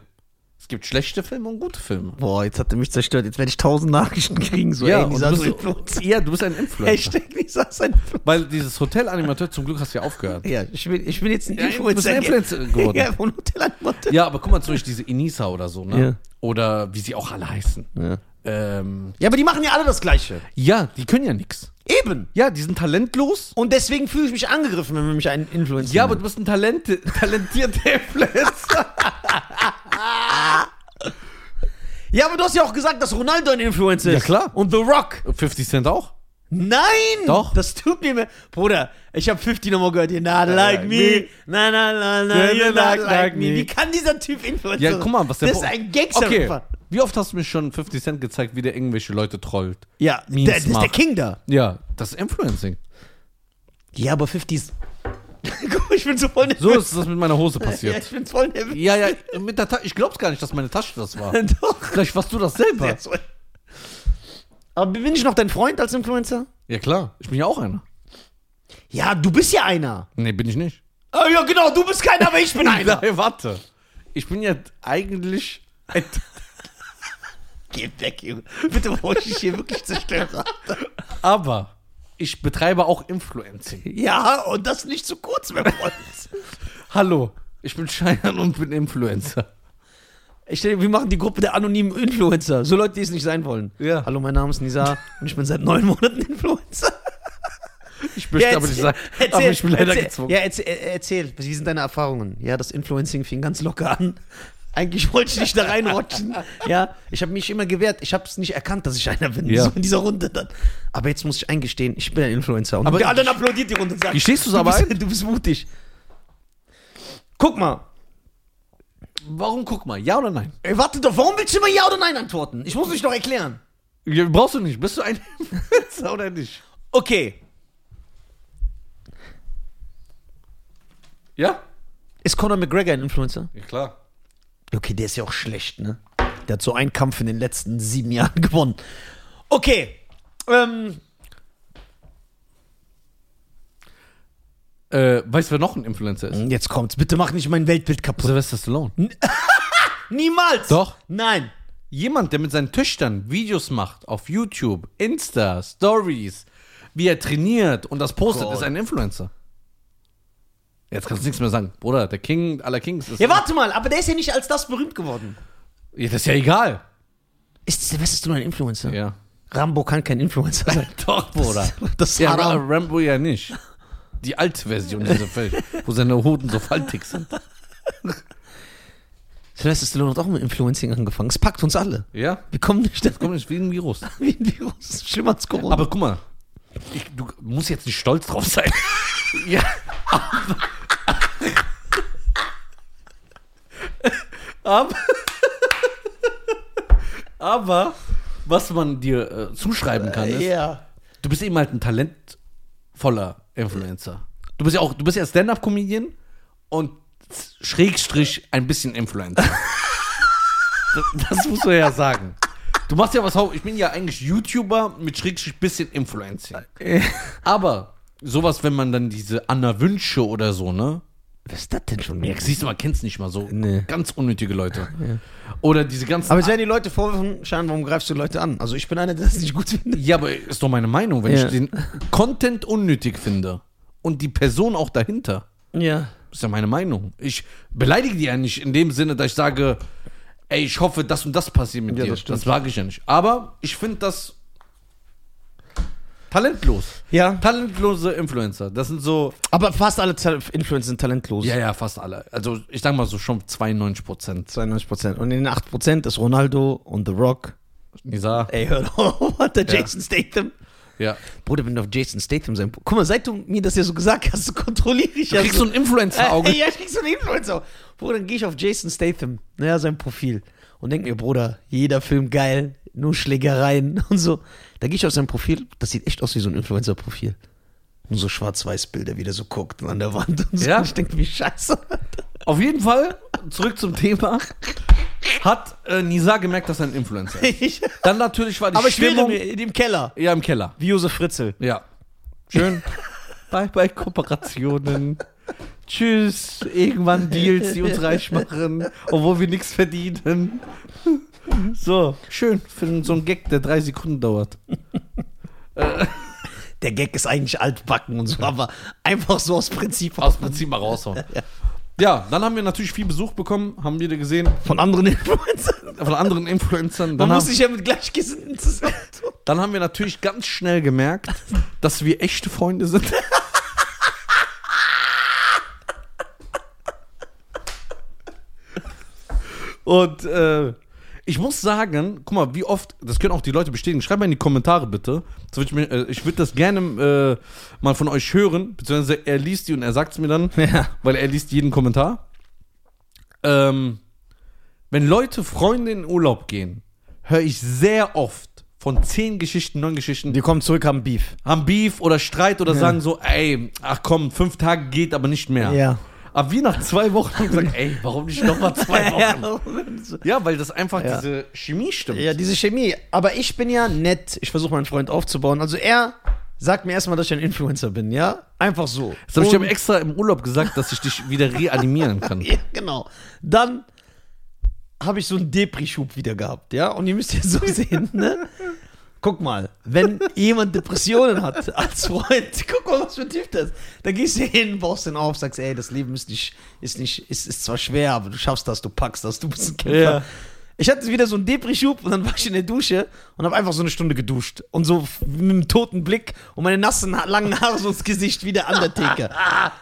S2: Es gibt schlechte Filme und gute Filme.
S1: Boah, jetzt hat er mich zerstört. Jetzt werde ich tausend Nachrichten kriegen. So, ey,
S2: und
S1: Nisa ist
S2: du bist,
S1: Influencer.
S2: ja, du bist ein Influencer.
S1: Hashtag Nisa ist ein Influencer.
S2: Weil dieses Hotel-Animateur, zum Glück hast du ja aufgehört.
S1: Ja, ich bin, ich bin jetzt ein
S2: Ja, du bist
S1: Influencer.
S2: ein Influencer geworden.
S1: Ja, von Hotel an Hotel.
S2: Ja, aber guck mal, zum Beispiel diese Inisa oder so, ne?
S1: Ja.
S2: Oder wie sie auch alle heißen.
S1: Ja.
S2: Ähm,
S1: ja, aber die machen ja alle das Gleiche.
S2: ja, die können ja nichts.
S1: Eben.
S2: Ja, die sind talentlos.
S1: Und deswegen fühle ich mich angegriffen, wenn man mich einen Influencer
S2: Ja, aber
S1: nennt.
S2: du bist ein Talent talentierter Influencer.
S1: ja, aber du hast ja auch gesagt, dass Ronaldo ein Influencer ist.
S2: Ja, klar.
S1: Und The Rock.
S2: 50 Cent auch?
S1: Nein!
S2: Doch.
S1: Das tut mir mehr. Bruder, ich habe 50 nochmal gehört. You're not like me. Na, na, na, na, you're not like me. Wie kann dieser Typ Influencer
S2: Ja, guck mal, was der
S1: Das ist
S2: Bo-
S1: ein gangster
S2: Okay. Wie oft hast du mir schon 50 Cent gezeigt, wie der irgendwelche Leute trollt?
S1: Ja,
S2: Memes
S1: der, das ist der
S2: macht.
S1: King da.
S2: Ja, das ist Influencing.
S1: Ja, aber 50 ist. guck mal, ich bin so voll nervös.
S2: So ist das mit meiner Hose
S1: ja,
S2: passiert.
S1: ich bin voll nervös.
S2: Ja, ja, mit der Ta ich glaub's gar nicht, dass meine Tasche das war.
S1: Doch.
S2: Vielleicht warst du das selber.
S1: Sehr toll. Aber bin ich noch dein Freund als Influencer?
S2: Ja, klar. Ich bin ja auch einer.
S1: Ja, du bist ja einer.
S2: Nee, bin ich nicht.
S1: Ah, ja, genau, du bist keiner, aber ich bin einer.
S2: Nein, warte. Ich bin ja eigentlich. ein-
S1: Geh weg, Junge. Bitte, bevor ich dich hier wirklich zerstöre.
S2: Aber ich betreibe auch Influencing.
S1: Ja, und das nicht zu kurz, mein Freund.
S2: Hallo, ich bin Scheinern und bin Influencer.
S1: Ich stell, wir machen die Gruppe der anonymen Influencer. So Leute, die es nicht sein wollen.
S2: Ja.
S1: Hallo, mein Name ist Nisa und ich bin seit neun Monaten Influencer.
S2: Ich möchte aber nicht
S1: erzähl-
S2: sagen, aber ich bin leider
S1: erzähl,
S2: gezwungen.
S1: Ja, erzähl, er- erzähl, wie sind deine Erfahrungen? Ja, das Influencing fing ganz locker an. Eigentlich wollte ich nicht da reinrutschen. ja, ich habe mich immer gewehrt. Ich habe es nicht erkannt, dass ich einer bin.
S2: Ja.
S1: So in dieser Runde dann. Aber jetzt muss ich eingestehen, ich bin ein Influencer. Und
S2: Aber
S1: der anderen applaudiert die Runde und sagt,
S2: Gestehst du's
S1: du
S2: aber
S1: bist, du bist mutig. Guck mal,
S2: Warum guck mal, ja oder nein?
S1: Ey, warte doch, warum willst du immer Ja oder Nein antworten? Ich muss mich doch erklären.
S2: Ja, brauchst du nicht. Bist du ein Influencer oder nicht?
S1: Okay,
S2: Ja?
S1: ist Conor McGregor ein Influencer?
S2: Ja, klar.
S1: Okay, der ist ja auch schlecht, ne? Der hat so einen Kampf in den letzten sieben Jahren gewonnen. Okay, ähm,
S2: Äh, weißt du, wer noch ein Influencer ist? Hm?
S1: jetzt kommt's. Bitte mach nicht mein Weltbild kaputt.
S2: Mhm. Sylvester Stallone.
S1: Niemals!
S2: Doch.
S1: Nein.
S2: Jemand, der mit seinen Töchtern Videos macht auf YouTube, Insta, Stories, wie er trainiert und das postet,
S1: Gott.
S2: ist ein Influencer. Jetzt kannst du nichts mehr sagen. Bruder, der King aller Kings ist.
S1: Ja, warte mal, aber der ist ja nicht als das berühmt geworden.
S2: Ja, das ist ja egal.
S1: Ist Silvester nur ein Influencer?
S2: Ja.
S1: Rambo kann kein Influencer sein.
S2: Doch, Bruder.
S1: Das ist
S2: Ja, Ra
S1: Haram.
S2: Rambo ja nicht. Die alte Version dieser Welt, wo seine Hoden so faltig sind.
S1: Silvester Stallone hat auch mit Influencing angefangen. Es packt uns alle.
S2: Ja?
S1: Wir kommen nicht da
S2: Komm, nicht wie ein Virus.
S1: wie ein Virus. Schlimmer als Corona.
S2: Aber guck mal, ich, du musst jetzt nicht stolz drauf sein. ja. Aber, aber, aber was man dir äh, zuschreiben kann, ist,
S1: ja.
S2: du bist eben halt ein talentvoller Influencer. Du bist ja auch, du bist ja Stand-up-Comedian und Schrägstrich ein bisschen Influencer. das, das muss man ja sagen. Du machst ja was, hau- ich bin ja eigentlich YouTuber mit Schrägstrich bisschen Influencing. Aber sowas, wenn man dann diese Anna Wünsche oder so, ne?
S1: Was ist das denn schon?
S2: Ja, siehst du mal, kennst nicht mal so.
S1: Nee.
S2: Ganz unnötige Leute. Oder diese ganzen.
S1: Aber es werden die Leute vorwerfen, Schein, warum greifst du Leute an? Also ich bin einer, der das nicht gut findet.
S2: ja, aber ist doch meine Meinung, wenn
S1: Ja.
S2: ich den Content unnötig finde und die Person auch dahinter,
S1: Ja.
S2: ist ja meine Meinung. Ich beleidige die ja nicht in dem Sinne, dass ich sage, ey, ich hoffe, das und das passiert mit
S1: Ja,
S2: dir.
S1: das
S2: Das,
S1: stimmt.
S2: das sage ich ja nicht. Aber ich finde das talentlos.
S1: Ja.
S2: Talentlose Influencer. Das sind so.
S1: Aber fast alle Tal- Influencer sind talentlos.
S2: Ja, ja, fast alle. Also ich sag mal so schon 92 Prozent.
S1: 92 Prozent. Und in den 8 Prozent ist Ronaldo und The Rock.
S2: Nisa.
S1: Ey, hör doch, hat der
S2: Ja.
S1: Jason Statham.
S2: Ja.
S1: Bruder, wenn du auf Jason Statham sein. Guck mal, seit du mir das ja so gesagt hast, kontrolliere ich
S2: Du
S1: ja
S2: kriegst
S1: so.
S2: so ein Influencer-Auge.
S1: Äh, ja, ich krieg so einen Influencer. Bruder, dann gehe ich auf Jason Statham, naja, sein Profil. Und denk mir, Bruder, jeder Film geil, nur Schlägereien und so. Da gehe ich auf sein Profil, das sieht echt aus wie so ein Influencer-Profil. Nur so Schwarz-Weiß-Bilder, wie der so guckt an der Wand und so.
S2: Ja.
S1: Ich denke, wie scheiße.
S2: Auf jeden Fall, zurück zum Thema, hat äh, Nisa gemerkt, dass er ein Influencer ist.
S1: Ich,
S2: Dann natürlich war die
S1: aber ich wäre
S2: Stimmung...
S1: mir in dem Keller.
S2: ja, im Keller.
S1: Wie Josef Fritzel.
S2: Ja. Schön. bye, bye, Kooperationen. Tschüss. Irgendwann Deals, die uns reich machen, obwohl wir nichts verdienen. So, schön für so einen Gag, der drei Sekunden dauert.
S1: Der Gag ist eigentlich altbacken und so, aber einfach so aus Prinzip
S2: Aus Prinzip mal raushauen. Ja, dann haben wir natürlich viel Besuch bekommen, haben wieder gesehen,
S1: von anderen Influencern.
S2: von anderen Influencern.
S1: Man
S2: Dann haben-
S1: muss sich ja mit Gleichgesinnten zusammentun.
S2: Dann haben wir natürlich ganz schnell gemerkt, dass wir echte Freunde sind. Und äh, ich muss sagen, guck mal, wie oft, das können auch die Leute bestätigen, schreibt mal in die Kommentare bitte. Das würd ich mir- äh, ich würde das gerne äh, mal von euch hören, beziehungsweise er liest die und er sagt es mir dann,
S1: Ja.
S2: weil er liest jeden Kommentar. Ähm, wenn Leute, Freunde in Urlaub gehen, höre ich sehr oft von zehn Geschichten, neun Geschichten,
S1: Die kommen zurück, haben Beef.
S2: haben Beef oder Streit oder sagen so, ey, ach komm, fünf Tage geht aber nicht mehr.
S1: Ja.
S2: Aber wir nach zwei Wochen haben gesagt, ey, warum nicht nochmal zwei Wochen?
S1: Ja.
S2: ja, weil das einfach
S1: Ja.
S2: diese Chemie stimmt.
S1: ja, diese Chemie. Aber ich bin ja nett. Ich versuche meinen Freund aufzubauen. Also er sagt mir erstmal, dass ich ein Influencer bin, ja? Einfach so.
S2: Das habe ich
S1: Und-
S2: aber extra im Urlaub gesagt, dass ich dich wieder reanimieren kann.
S1: ja, genau. Dann habe ich so einen Depri-Schub wieder gehabt, ja? Und ihr müsst ja so sehen, ne? Guck mal, wenn jemand Depressionen hat als Freund, guck mal, was für ein Typ das ist. Dann gehst du hin, baust den auf, sagst, ey, das Leben ist nicht, ist nicht, ist, ist zwar schwer, aber du schaffst das, du packst das, du bist ein Kämpfer.
S2: Ja.
S1: Ich hatte wieder so einen Depri-Schub und dann war ich in der Dusche und habe einfach so eine Stunde geduscht. Und so f- mit einem toten Blick und meine nassen, ha- langen Haare so ins Gesicht wie der Undertaker.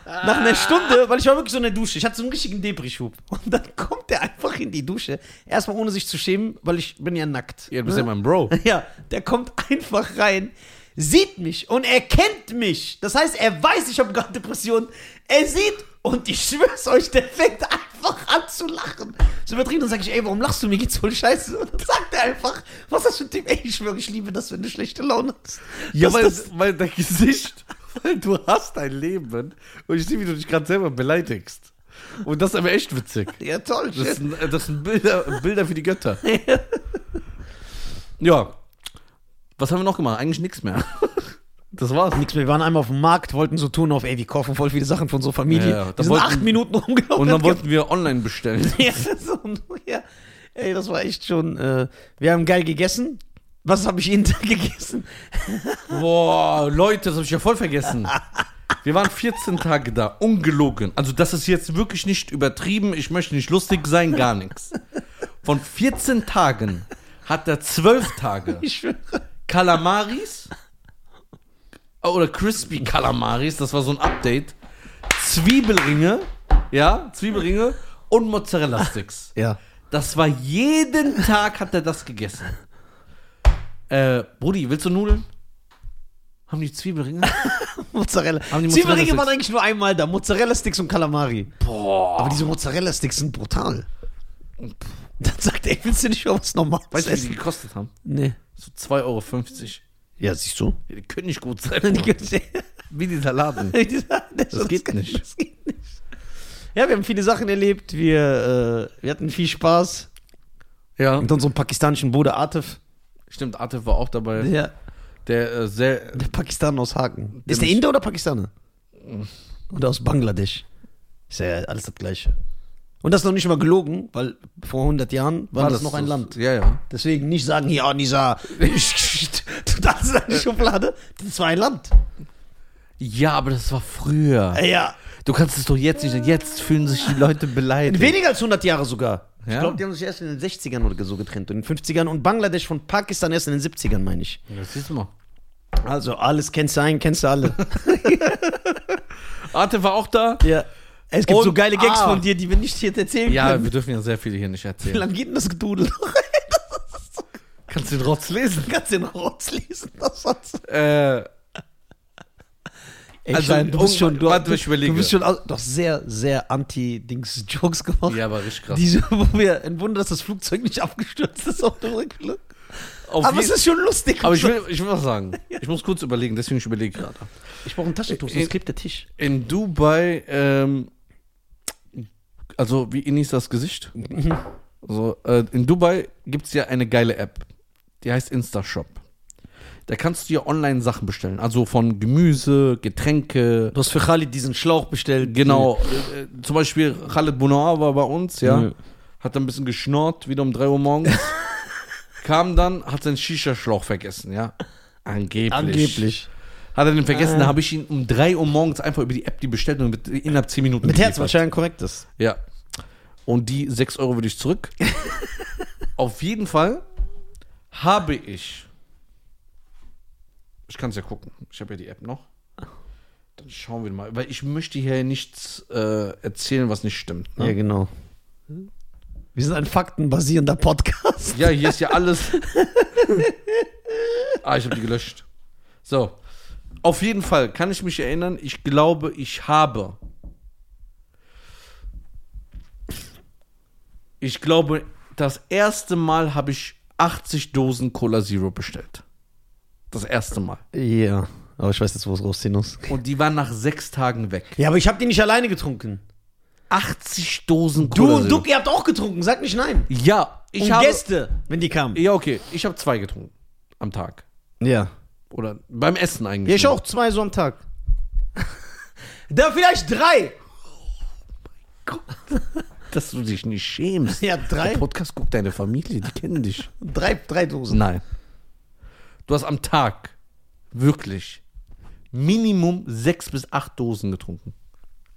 S1: Nach einer Stunde, weil ich war wirklich so in der Dusche, ich hatte so einen richtigen Depri-Schub. Und dann kommt der einfach in die Dusche. Erstmal ohne sich zu schämen, weil ich bin ja nackt. Ne?
S2: Ja, du bist ja mein Bro.
S1: Ja, der kommt einfach rein, sieht mich und erkennt mich. Das heißt, er weiß, ich habe gerade Depressionen. Er sieht und ich schwör's euch, der fängt einfach an zu lachen. So übertrieben, dann sag ich, ey, warum lachst du? Mir geht's voll scheiße. Und dann sagt er einfach, was ist das für ein Typ? Ey, ich schwöre, ich liebe das, wenn du schlechte Laune hast.
S2: Ja,
S1: Das-
S2: weil,
S1: das-
S2: weil dein Gesicht, weil du hast ein Leben und ich sehe, wie du dich gerade selber beleidigst. Und das ist aber echt witzig.
S1: ja toll.
S2: Das
S1: Chef.
S2: sind, das sind Bilder, Bilder für die Götter. Ja. Was haben wir noch gemacht? Eigentlich nichts mehr. Das war's.
S1: Nix mehr. Wir waren einmal auf dem Markt, wollten so tun auf, ey, wir kaufen voll viele Sachen von unserer Familie.
S2: Ja, ja.
S1: Wir
S2: Dann
S1: sind
S2: wollten-
S1: acht Minuten rumgelaufen.
S2: Und dann
S1: Ge-
S2: wollten wir online bestellen.
S1: Ja, so, ja. Ey, das war echt schon. Äh, wir haben geil gegessen. Was habe ich jeden Tag gegessen?
S2: Boah, Leute, das habe ich ja voll vergessen. Wir waren 14 Tage da, ungelogen. Also das ist jetzt wirklich nicht übertrieben. Ich möchte nicht lustig sein, gar nichts. Von 14 Tagen hat er 12 Tage
S1: Ich schwöre.
S2: Kalamaris äh, oder Crispy Kalamaris, das war so ein Update. Zwiebelringe, ja, Zwiebelringe und Mozzarella Sticks.
S1: Ja.
S2: Das war jeden Tag hat er das gegessen. Äh, Brudi, willst du Nudeln? Haben die Zwiebelringe?
S1: Mozzarella.
S2: Haben die
S1: Zwiebelringe
S2: Mozzarella-Sticks?
S1: waren eigentlich nur einmal da. Mozzarella-Sticks und Kalamari.
S2: Boah.
S1: Aber diese Mozzarella-Sticks sind brutal. Dann sagt er, ey, willst du nicht mal was Normales
S2: Weißt du, wie die
S1: essen?
S2: gekostet haben?
S1: Nee.
S2: So 2,50 Euro.
S1: Ja, siehst du?
S2: Die können nicht gut sein. Wie dieser Laden.
S1: das
S2: geht nicht.
S1: Das geht nicht. Ja, wir haben viele Sachen erlebt. Wir, äh, wir hatten viel Spaß
S2: Ja.
S1: mit unserem pakistanischen Bruder Atif.
S2: Stimmt, Atif war auch dabei.
S1: Ja.
S2: Der äh, sehr.
S1: Der Pakistaner aus Haken. Ist der
S2: mich-
S1: Inder oder Pakistaner? Oder aus Bangladesch? Ist ja alles das Gleiche. Und das ist noch nicht mal gelogen, weil vor 100 Jahren war, das, noch ein Land.
S2: Ja, ja.
S1: Deswegen nicht sagen, ja, Nisa, du darfst in eine Schublade. Das war ein Land.
S2: Ja, aber das war früher.
S1: Äh, Ja,
S2: Du kannst es doch jetzt nicht. Jetzt fühlen sich die Leute beleidigt.
S1: weniger als 100 Jahre sogar. Ich
S2: Ja.
S1: glaube, die haben sich erst in den 60ern oder so getrennt und in den 50ern und Bangladesch von Pakistan erst in den 70ern, meine ich.
S2: Das siehst du mal.
S1: Also alles kennst du einen, kennst du alle.
S2: Arte war auch da.
S1: ja. Es gibt
S2: Und-
S1: so geile Gags
S2: ah.
S1: von dir, die wir nicht jetzt erzählen
S2: Ja,
S1: können.
S2: wir dürfen ja sehr viele hier nicht
S1: Wie
S2: erzählen.
S1: lange geht denn das Gedudel noch?
S2: Kannst du den Rotz lesen?
S1: Kannst du den Rotz lesen? Das war's.
S2: Äh,
S1: Ey,
S2: Also,
S1: Schein, du bist
S2: irgendwann-
S1: schon, du,
S2: warte,
S1: du,
S2: ich überlege.
S1: du bist schon au- doch sehr, sehr anti-Dings-Jokes gemacht.
S2: ja, war richtig krass.
S1: Diese, wo wir, ein Wunder, dass das Flugzeug nicht abgestürzt ist auf der Rückflug.
S2: Auf
S1: Aber es
S2: jeden-
S1: ist schon lustig.
S2: aber ich will, ich will was sagen. Ich muss kurz überlegen, deswegen ich überlege gerade.
S1: ich brauche ein Taschentuch,
S2: sonst
S1: klebt der Tisch.
S2: In Dubai, ähm, also wie Inis das Gesicht. Also, äh, in Dubai gibt es ja eine geile App. Die heißt Instashop. Da kannst du ja online Sachen bestellen. Also von Gemüse, Getränke.
S1: Du hast für Khalid diesen Schlauch bestellt.
S2: Genau. Äh, äh, zum Beispiel Khaled Bonar war bei uns, ja.
S1: Mhm.
S2: Hat dann ein bisschen geschnorrt, wieder um 3 Uhr morgens. Kam dann, hat seinen Shisha-Schlauch vergessen, ja. Angeblich.
S1: Angeblich.
S2: Hat er den vergessen,
S1: Ah.
S2: da habe ich ihn um 3 Uhr morgens einfach über die App die bestellt und mit, innerhalb 10 Minuten.
S1: Mit Herz,
S2: geliefert.
S1: was scheinbar korrekt ist.
S2: Ja. Und die 6 Euro würde ich zurück. Auf jeden Fall habe ich. Ich kann es ja gucken. Ich habe ja die App noch.
S1: Ah.
S2: Dann schauen wir mal. Weil ich möchte hier nichts äh, erzählen, was nicht stimmt. Ne?
S1: genau. Wir sind ein faktenbasierender Podcast.
S2: Ja, hier ist ja alles. ah, ich habe die gelöscht. So. Auf jeden Fall kann ich mich erinnern, ich glaube, ich habe. Ich glaube, das erste Mal habe ich 80 Dosen Cola Zero bestellt. Das erste Mal.
S1: Ja. Aber ich weiß jetzt, wo es rausziehen muss.
S2: Und die waren nach sechs Tagen weg.
S1: Ja, aber ich habe die nicht alleine getrunken.
S2: 80 Dosen
S1: Du
S2: Cola
S1: und
S2: Zero.
S1: Duck, ihr habt auch getrunken. Sag nicht nein.
S2: Ja, ich
S1: und
S2: habe.
S1: Gäste, wenn die kamen.
S2: Ja, okay. Ich habe zwei getrunken. Am Tag.
S1: Ja.
S2: Oder beim Essen eigentlich.
S1: Ja, ich
S2: nur.
S1: auch zwei so am Tag. da vielleicht drei.
S2: dass du dich nicht schämst.
S1: Ja, drei.
S2: Der Podcast guckt deine Familie, die kennen dich.
S1: Drei, drei Dosen.
S2: Nein. Du hast am Tag wirklich Minimum sechs bis acht Dosen getrunken.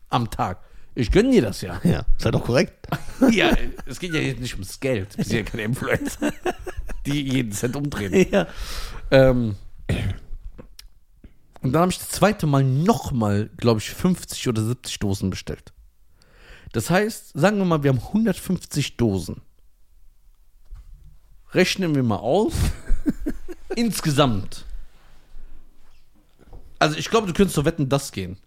S2: Am Tag. Ich gönne dir das ja.
S1: Ja, ist halt auch korrekt.
S2: Ja, es geht ja jetzt nicht ums Geld. Du bist ja keine Influencer, die jeden Cent umdrehen.
S1: Ja.
S2: Ähm, und dann habe ich das zweite Mal nochmal, glaube ich, 50 oder 70 Dosen bestellt. Das heißt, sagen wir mal, wir haben 150 Dosen. Rechnen wir mal aus. Insgesamt. Also ich glaube, du könntest zur Wetten das gehen.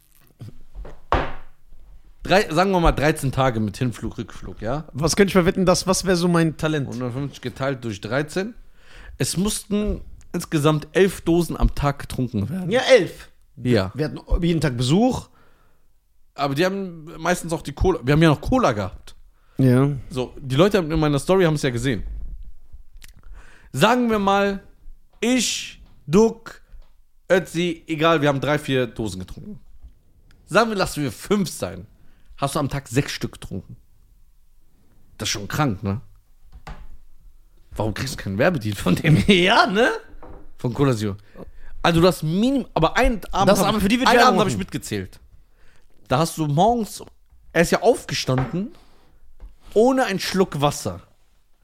S2: Drei, sagen wir mal 13 Tage mit Hinflug, Rückflug, ja?
S1: Was könnte ich mal wetten, das, was wäre so mein Talent?
S2: 150 geteilt durch 13. Es mussten insgesamt 11 Dosen am Tag getrunken werden.
S1: Ja, elf.
S2: Ja.
S1: Wir hatten jeden Tag Besuch.
S2: Aber die haben meistens auch die Cola. Wir haben ja noch Cola gehabt.
S1: Ja.
S2: So, die Leute haben in meiner Story haben es ja gesehen. Sagen wir mal, ich, Duck, Ötzi, egal, wir haben drei, vier Dosen getrunken. Sagen wir, lassen wir fünf sein. Hast du am Tag sechs Stück getrunken? Das ist schon krank, ne? Warum kriegst du keinen Werbedeal von dem?
S1: Ja, ne?
S2: Von Cola Zero. Also du hast Minimum, aber einen Abend,
S1: Das
S2: hab
S1: aber
S2: ich-
S1: für die wird
S2: einen
S1: Werbung
S2: Abend habe ich
S1: machen.
S2: mitgezählt. Da hast du morgens, er ist ja aufgestanden, ohne einen Schluck Wasser.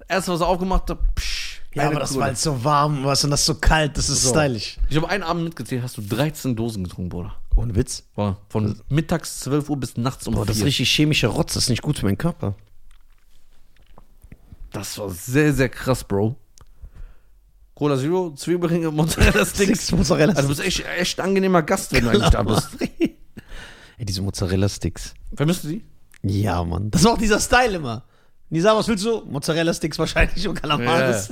S2: Erst was er aufgemacht hat, psch,
S1: Ja,
S2: eine
S1: aber das
S2: Cola.
S1: war halt so warm, was und das so kalt, das ist
S2: So.
S1: stylisch.
S2: Ich habe einen Abend mitgezählt, hast du 13 Dosen getrunken, Bruder.
S1: Ohne Witz.
S2: Boah, Von mittags 12 Uhr bis nachts um
S1: Also- Boah, das ist
S2: vier.
S1: richtig chemischer Rotz, das ist nicht gut für meinen Körper.
S2: Das war sehr, sehr krass, Bro. Cola Zero, Zwiebelringe, Mozzarella Sticks.
S1: Sticks, Mozzarella
S2: Also du bist echt, echt ein angenehmer Gast, wenn du eigentlich da bist.
S1: Ey, diese Mozzarella-Sticks.
S2: Vermisst du die?
S1: Ja, Mann. Das war auch dieser Style immer. Nisa, was willst du? Mozzarella-Sticks wahrscheinlich und Kalamaris.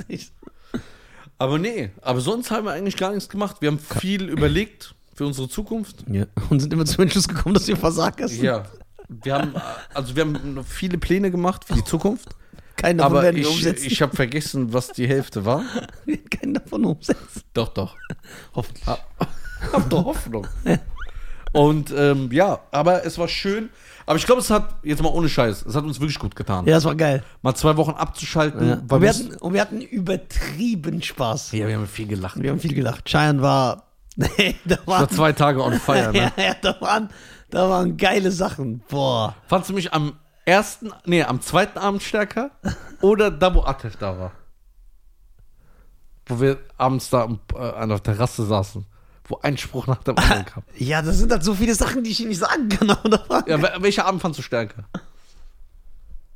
S2: Aber nee, aber sonst haben wir eigentlich gar nichts gemacht. Wir haben viel überlegt für unsere Zukunft.
S1: Ja. Und sind immer zum Entschluss gekommen, dass wir Versager sind.
S2: Ja. Wir haben, äh, also wir haben viele Pläne gemacht für die Zukunft.
S1: Keinen davon
S2: Aber
S1: werden wir
S2: ich,
S1: umsetzen.
S2: ich habe vergessen, was die Hälfte war.
S1: Wir werden keinen davon umsetzen.
S2: Doch, doch.
S1: Hoffentlich.
S2: Ha- Hab doch Hoffnung. Und ähm, ja, aber es war schön. Aber ich glaube, es hat, jetzt mal ohne Scheiß, es hat uns wirklich gut getan.
S1: Ja, das war geil.
S2: Mal zwei Wochen abzuschalten.
S1: Ja.
S2: weil
S1: Und, wir
S2: wir-
S1: hatten, und wir hatten übertrieben Spaß.
S2: ja, wir haben viel gelacht.
S1: Wir haben viel gelacht. Cheyenne war. Nee, da
S2: Ich war
S1: waren,
S2: zwei Tage on fire. Ne?
S1: ja, ja, da waren, da waren geile Sachen. Boah.
S2: Fandst du mich am ersten, nee, am zweiten Abend stärker oder da, wo Atef da war? Wo wir abends da am- äh, an der Terrasse saßen, wo ein Spruch nach dem anderen kam.
S1: Ja, das sind halt so viele Sachen, die ich hier nicht sagen kann. Aber da waren,
S2: Ja, wel- welcher Abend fandst du stärker?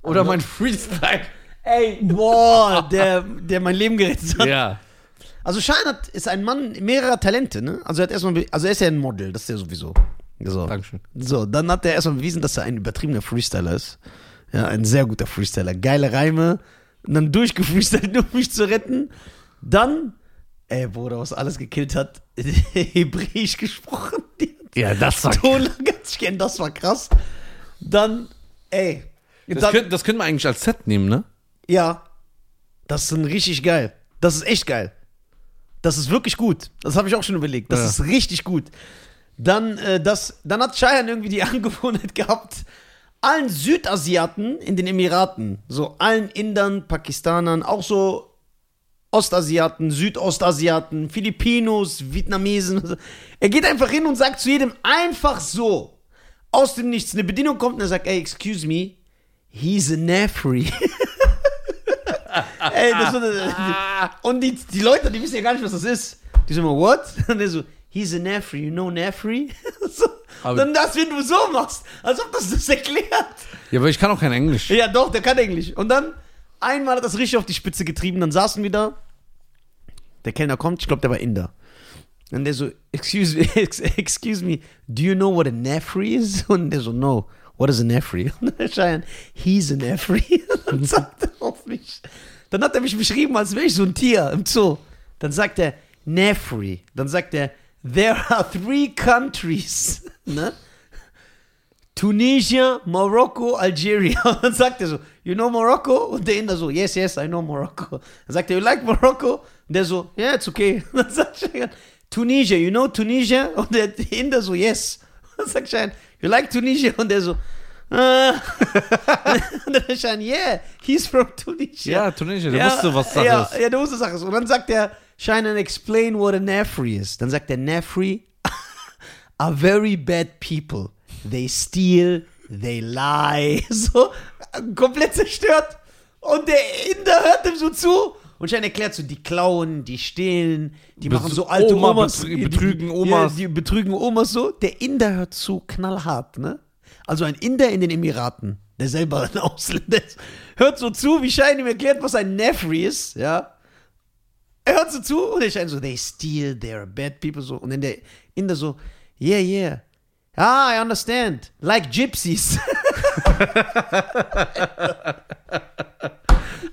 S2: Oder mein Freestyle?
S1: Ey, boah, der, der mein Leben gerettet hat.
S2: Ja.
S1: Also Schein hat, ist ein Mann mehrerer Talente, ne? Also er hat erstmal, be- also er ist ja ein Model, das ist ja sowieso. So.
S2: Dankeschön.
S1: So, dann hat er erstmal bewiesen, dass er ein übertriebener Freestyler ist. Ja, ein sehr guter Freestyler. Geile Reime. Und dann durchgefreestylt, nur um mich zu retten. Dann, ey, Bruder, was alles gekillt hat, hebräisch gesprochen. Die
S2: Ja, das war
S1: Tone ganz schön, das war krass. Dann, ey.
S2: das,
S1: dann,
S2: könnt, das können wir eigentlich als Set nehmen, ne?
S1: ja. Das ist ein richtig geil. Das ist echt geil. Das ist wirklich gut. Das habe ich auch schon überlegt. Das
S2: Ja.
S1: ist richtig gut. Dann, äh, das, dann hat Cheyenne irgendwie die Angewohnheit gehabt, allen Südasiaten in den Emiraten, so allen Indern, Pakistanern, auch so Ostasiaten, Südostasiaten, Filipinos, Vietnamesen. also, Er geht einfach hin und sagt zu jedem einfach so, aus dem Nichts, eine Bedienung kommt und er sagt, ey, excuse me, he's an Afri. Ey, das war, und die, die Leute, die wissen ja gar nicht, was das ist. Die sind immer, what? Und er so, he's a Nefri, you know Nefri? so,
S2: Aber-
S1: dann das, wenn du so machst, als ob das das erklärt.
S2: Ja, aber ich kann auch kein Englisch.
S1: Ja, doch, der kann Englisch. Und dann, einmal hat das richtig auf die Spitze getrieben, dann saßen wir da. Der Kellner kommt, ich glaube, der war Inder. Und der so, excuse me, ex- excuse me, do you know what a Nefri is? Und der so, no, what is a Nefri? Und der Schein, he's a Nefri. Und dann sagt er auf mich. Dann hat er mich beschrieben, als wäre ich so ein Tier im Zoo. Dann sagt er, Nefri. Dann sagt er, there are three countries. Ne? Tunisia, Marokko, Algeria. Und dann sagt er so, you know Morocco? Und der Inder so, yes, yes, I know Morocco. Dann sagt er, you like Morocco? Und der so, yeah, it's okay. Und dann sagt Cheyenne, Tunisia, you know Tunisia? Und der Inder so, yes. Und dann sagt Cheyenne, you like Tunisia? Und der so, äh. Und dann Cheyenne, yeah, he's from Tunisia.
S2: Ja, Tunisia, der wusste, was Sache
S1: ja,
S2: ist.
S1: Ja, der wusste, was Sache ist. Und dann sagt er, Cheyenne, explain what a Nafri is. Dann sagt er, Nafri are very bad people. They steal, they lie. So, komplett zerstört. Und der Inder hört dem so zu. Und Schein erklärt so, die klauen, die stehlen, die
S2: Bes-
S1: machen so alte
S2: Oma
S1: Omas.
S2: betrü- betrügen Omas.
S1: Ja, die betrügen Omas so. Der Inder hört zu, knallhart, ne? Also ein Inder in den Emiraten, der selber ein Ausländer ist, hört so zu, wie Schein ihm erklärt, was ein Nefri ist, ja? Er hört so zu und er scheint so, they steal, they are bad people. So. Und dann der Inder so, yeah, yeah. Ah, I understand. Like gypsies.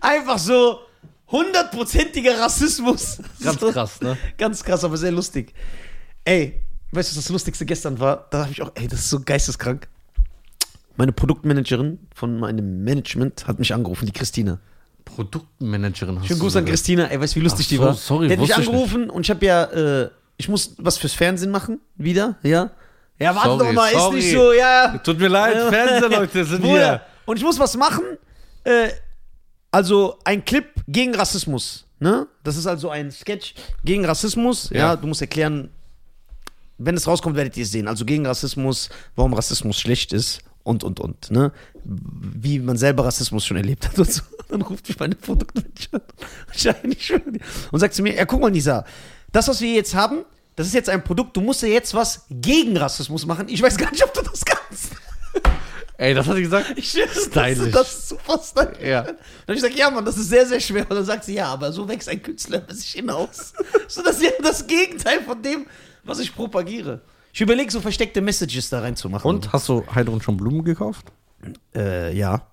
S1: Einfach so hundertprozentiger Rassismus.
S2: Ganz
S1: so.
S2: krass, ne?
S1: Ganz krass, aber sehr lustig. Ey, weißt du, was das Lustigste gestern war? Da habe ich auch, ey, das ist so geisteskrank. Meine Produktmanagerin von meinem Management hat mich angerufen, die Christine.
S2: Produktmanagerin hast
S1: Schönen Gruß an
S2: gesagt.
S1: Christina, ey, weißt du, wie lustig
S2: Ach
S1: die
S2: so,
S1: war?
S2: sorry,
S1: die hat mich
S2: wusste ich
S1: angerufen und ich habe ja, äh, ich muss was fürs Fernsehen machen, wieder, ja. Ja, warte
S2: Sorry,
S1: doch mal, ist
S2: sorry.
S1: nicht so, ja. ja.
S2: Tut mir leid,
S1: Ja.
S2: Fernsehleute sind
S1: Bruder,
S2: hier.
S1: Und ich muss was machen, äh, also ein Clip gegen Rassismus, ne? Das ist also ein Sketch gegen Rassismus, ja,
S2: Ja.
S1: du musst erklären, wenn es rauskommt, werdet ihr es sehen. Also gegen Rassismus, warum Rassismus schlecht ist und, und, und. Ne? Wie man selber Rassismus schon erlebt hat und so. Dann ruft mich meine Produktmanagerin wahrscheinlich schon und sagt zu mir, ja guck mal Nisa, das, was wir jetzt haben, das ist jetzt ein Produkt, du musst ja jetzt was gegen Rassismus machen. Ich weiß gar nicht, ob du das kannst.
S2: Ey, das hat sie gesagt.
S1: Ich schwöre, das,
S2: Stylisch.
S1: ist- das ist super stylisch.
S2: Ja.
S1: Dann habe ich gesagt, ja, Mann, das ist sehr, sehr schwer. Und dann sagt sie, ja, aber so wächst ein Künstler über sich hinaus. so, das ist ja das Gegenteil von dem, was ich propagiere. Ich überlege, so versteckte Messages da reinzumachen.
S2: Und hast du Heidrun schon Blumen gekauft?
S1: Äh, ja.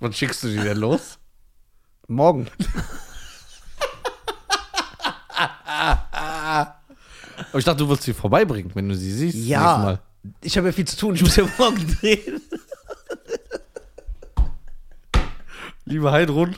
S2: Wann schickst du die denn los?
S1: Morgen.
S2: Aber ich dachte, du willst sie vorbeibringen, wenn du sie siehst. das nächste
S1: Ja.
S2: Mal.
S1: Ich habe ja viel zu tun. Ich muss ja morgen drehen.
S2: Liebe Heidrun,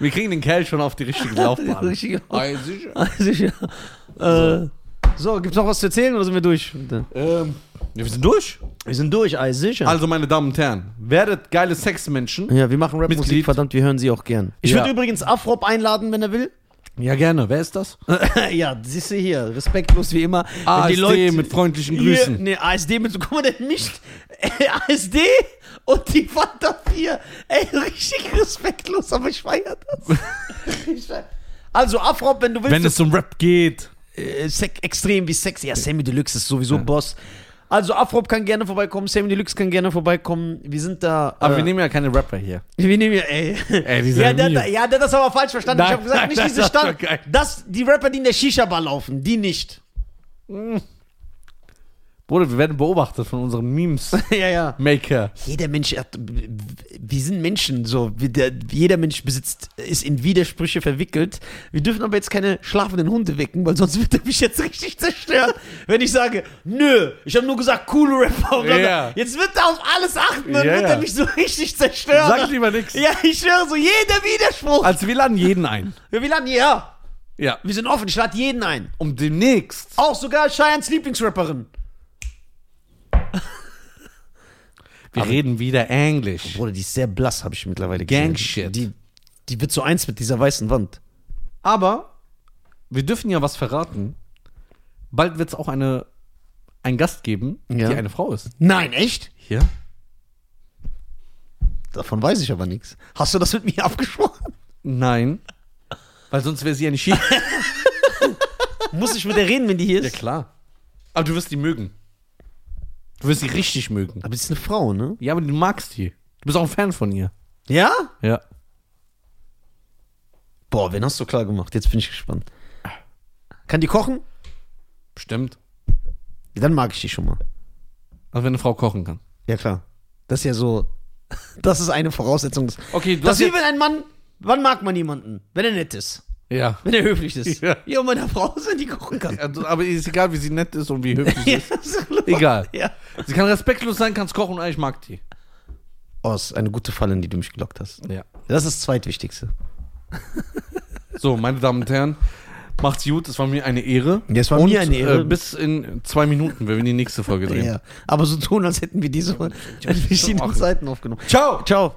S2: wir kriegen den Kerl schon auf die richtige Laufbahn.
S1: Richtige Laufbahn.
S2: Ey, sicher.
S1: Also ich, äh, so, gibt's noch was zu erzählen oder sind wir durch?
S2: Ähm, ja, wir sind durch.
S1: Wir sind durch, Eis sicher.
S2: Also, meine Damen und Herren, werdet geile Sexmenschen.
S1: ja, wir machen Rapmusik,
S2: Mitglied.
S1: verdammt, wir hören sie auch gern. Ich
S2: Ja.
S1: würde übrigens Afrop einladen, wenn er will.
S2: Ja, gerne. Wer ist das?
S1: ja, siehst du hier, respektlos wie immer. Wenn
S2: ASD mit freundlichen Grüßen.
S1: Hier, nee, ASD mit so, guck mal, der mischt äh, ASD und die Fanta 4. Ey, richtig respektlos, aber ich feier das. ich feier. Also, Afrop, wenn du willst,
S2: Wenn es um Rap geht.
S1: äh, sec- extrem wie sexy. Ja, Sammy Deluxe ist sowieso Boss. Also, Afrop kann gerne vorbeikommen, Sammy Deluxe kann gerne vorbeikommen. Wir sind da.
S2: Aber
S1: äh,
S2: wir nehmen ja keine Rapper hier.
S1: wir nehmen ja, ey.
S2: Ey, die sind
S1: ja, der,
S2: mir.
S1: der, ja, der hat das aber falsch verstanden. ich
S2: Nein,
S1: habe gesagt,
S2: nein,
S1: nicht
S2: nein,
S1: diese
S2: das war
S1: Stand.
S2: geil.
S1: Das, die Rapper, die in der Shisha-Bar laufen, die nicht.
S2: Bruder, wir werden beobachtet von unserem Memes-Maker.
S1: ja, ja. Jeder Mensch hat, wir sind Menschen, so. Wir- der- Jeder Mensch besitzt, ist in Widersprüche verwickelt. Wir dürfen aber jetzt keine schlafenden Hunde wecken, weil sonst wird er mich jetzt richtig zerstören, wenn ich sage, nö, ich habe nur gesagt, coole Rapper. bla, bla.
S2: Ja.
S1: Jetzt wird er auf alles achten und
S2: Ja,
S1: wird
S2: ja.
S1: er mich so richtig zerstören.
S2: Sag lieber nix.
S1: Ja, ich höre so, jeder Widerspruch.
S2: Also, wir laden jeden ein.
S1: wir laden ja.
S2: Ja.
S1: Wir sind offen, ich lade jeden ein.
S2: Um demnächst.
S1: Auch sogar Cheyennes Lieblingsrapperin.
S2: Wir reden wieder Englisch.
S1: Bruder, die ist sehr blass, habe ich mittlerweile
S2: Gang
S1: gesehen.
S2: shit.
S1: Die, die wird so eins mit dieser weißen Wand.
S2: Aber wir dürfen ja was verraten. Bald wird es auch eine, einen Gast geben,
S1: Ja.
S2: die eine Frau ist.
S1: Nein, echt?
S2: Hier?
S1: Davon weiß ich aber nichts. Hast du das mit mir abgesprochen?
S2: Nein. Weil sonst wäre sie ja nicht hier.
S1: Muss ich mit der reden, wenn die hier ist?
S2: klar. Aber du wirst die mögen. Du wirst sie richtig mögen.
S1: aber sie ist eine Frau, ne?
S2: Ja, aber du magst die. Du bist auch ein Fan von ihr.
S1: Ja?
S2: Ja.
S1: Boah, wen hast du klar gemacht? Jetzt bin ich gespannt. Kann die kochen?
S2: Bestimmt.
S1: Dann mag ich die schon mal.
S2: Also wenn eine Frau kochen kann.
S1: Ja, klar. Das ist ja so. Das ist eine Voraussetzung. Dass,
S2: Okay, du
S1: das ist
S2: hast
S1: wie wenn ein Mann. Wann mag man jemanden? Wenn er nett ist.
S2: Ja.
S1: Wenn er höflich ist.
S2: Ja.
S1: und meine Frau ist, wenn die kochen kann.
S2: Also, Aber ist egal, wie sie nett ist und wie höflich sie
S1: Ja,
S2: ist.
S1: absolut.
S2: Egal.
S1: Ja.
S2: Sie kann respektlos sein, kann's kochen und ich mag die.
S1: Oh, ist eine gute Falle, in die du mich gelockt hast.
S2: Ja.
S1: Das ist das Zweitwichtigste.
S2: So, meine Damen und Herren, macht's gut. Es war mir eine Ehre.
S1: Ja, es war
S2: und,
S1: mir eine Ehre.
S2: Äh, bis in zwei Minuten, wenn wir die nächste Folge drehen.
S1: Ja. Aber so tun, als hätten wir diese, als hätten wir die
S2: Ach.
S1: Seiten aufgenommen.
S2: Ciao!
S1: Ciao.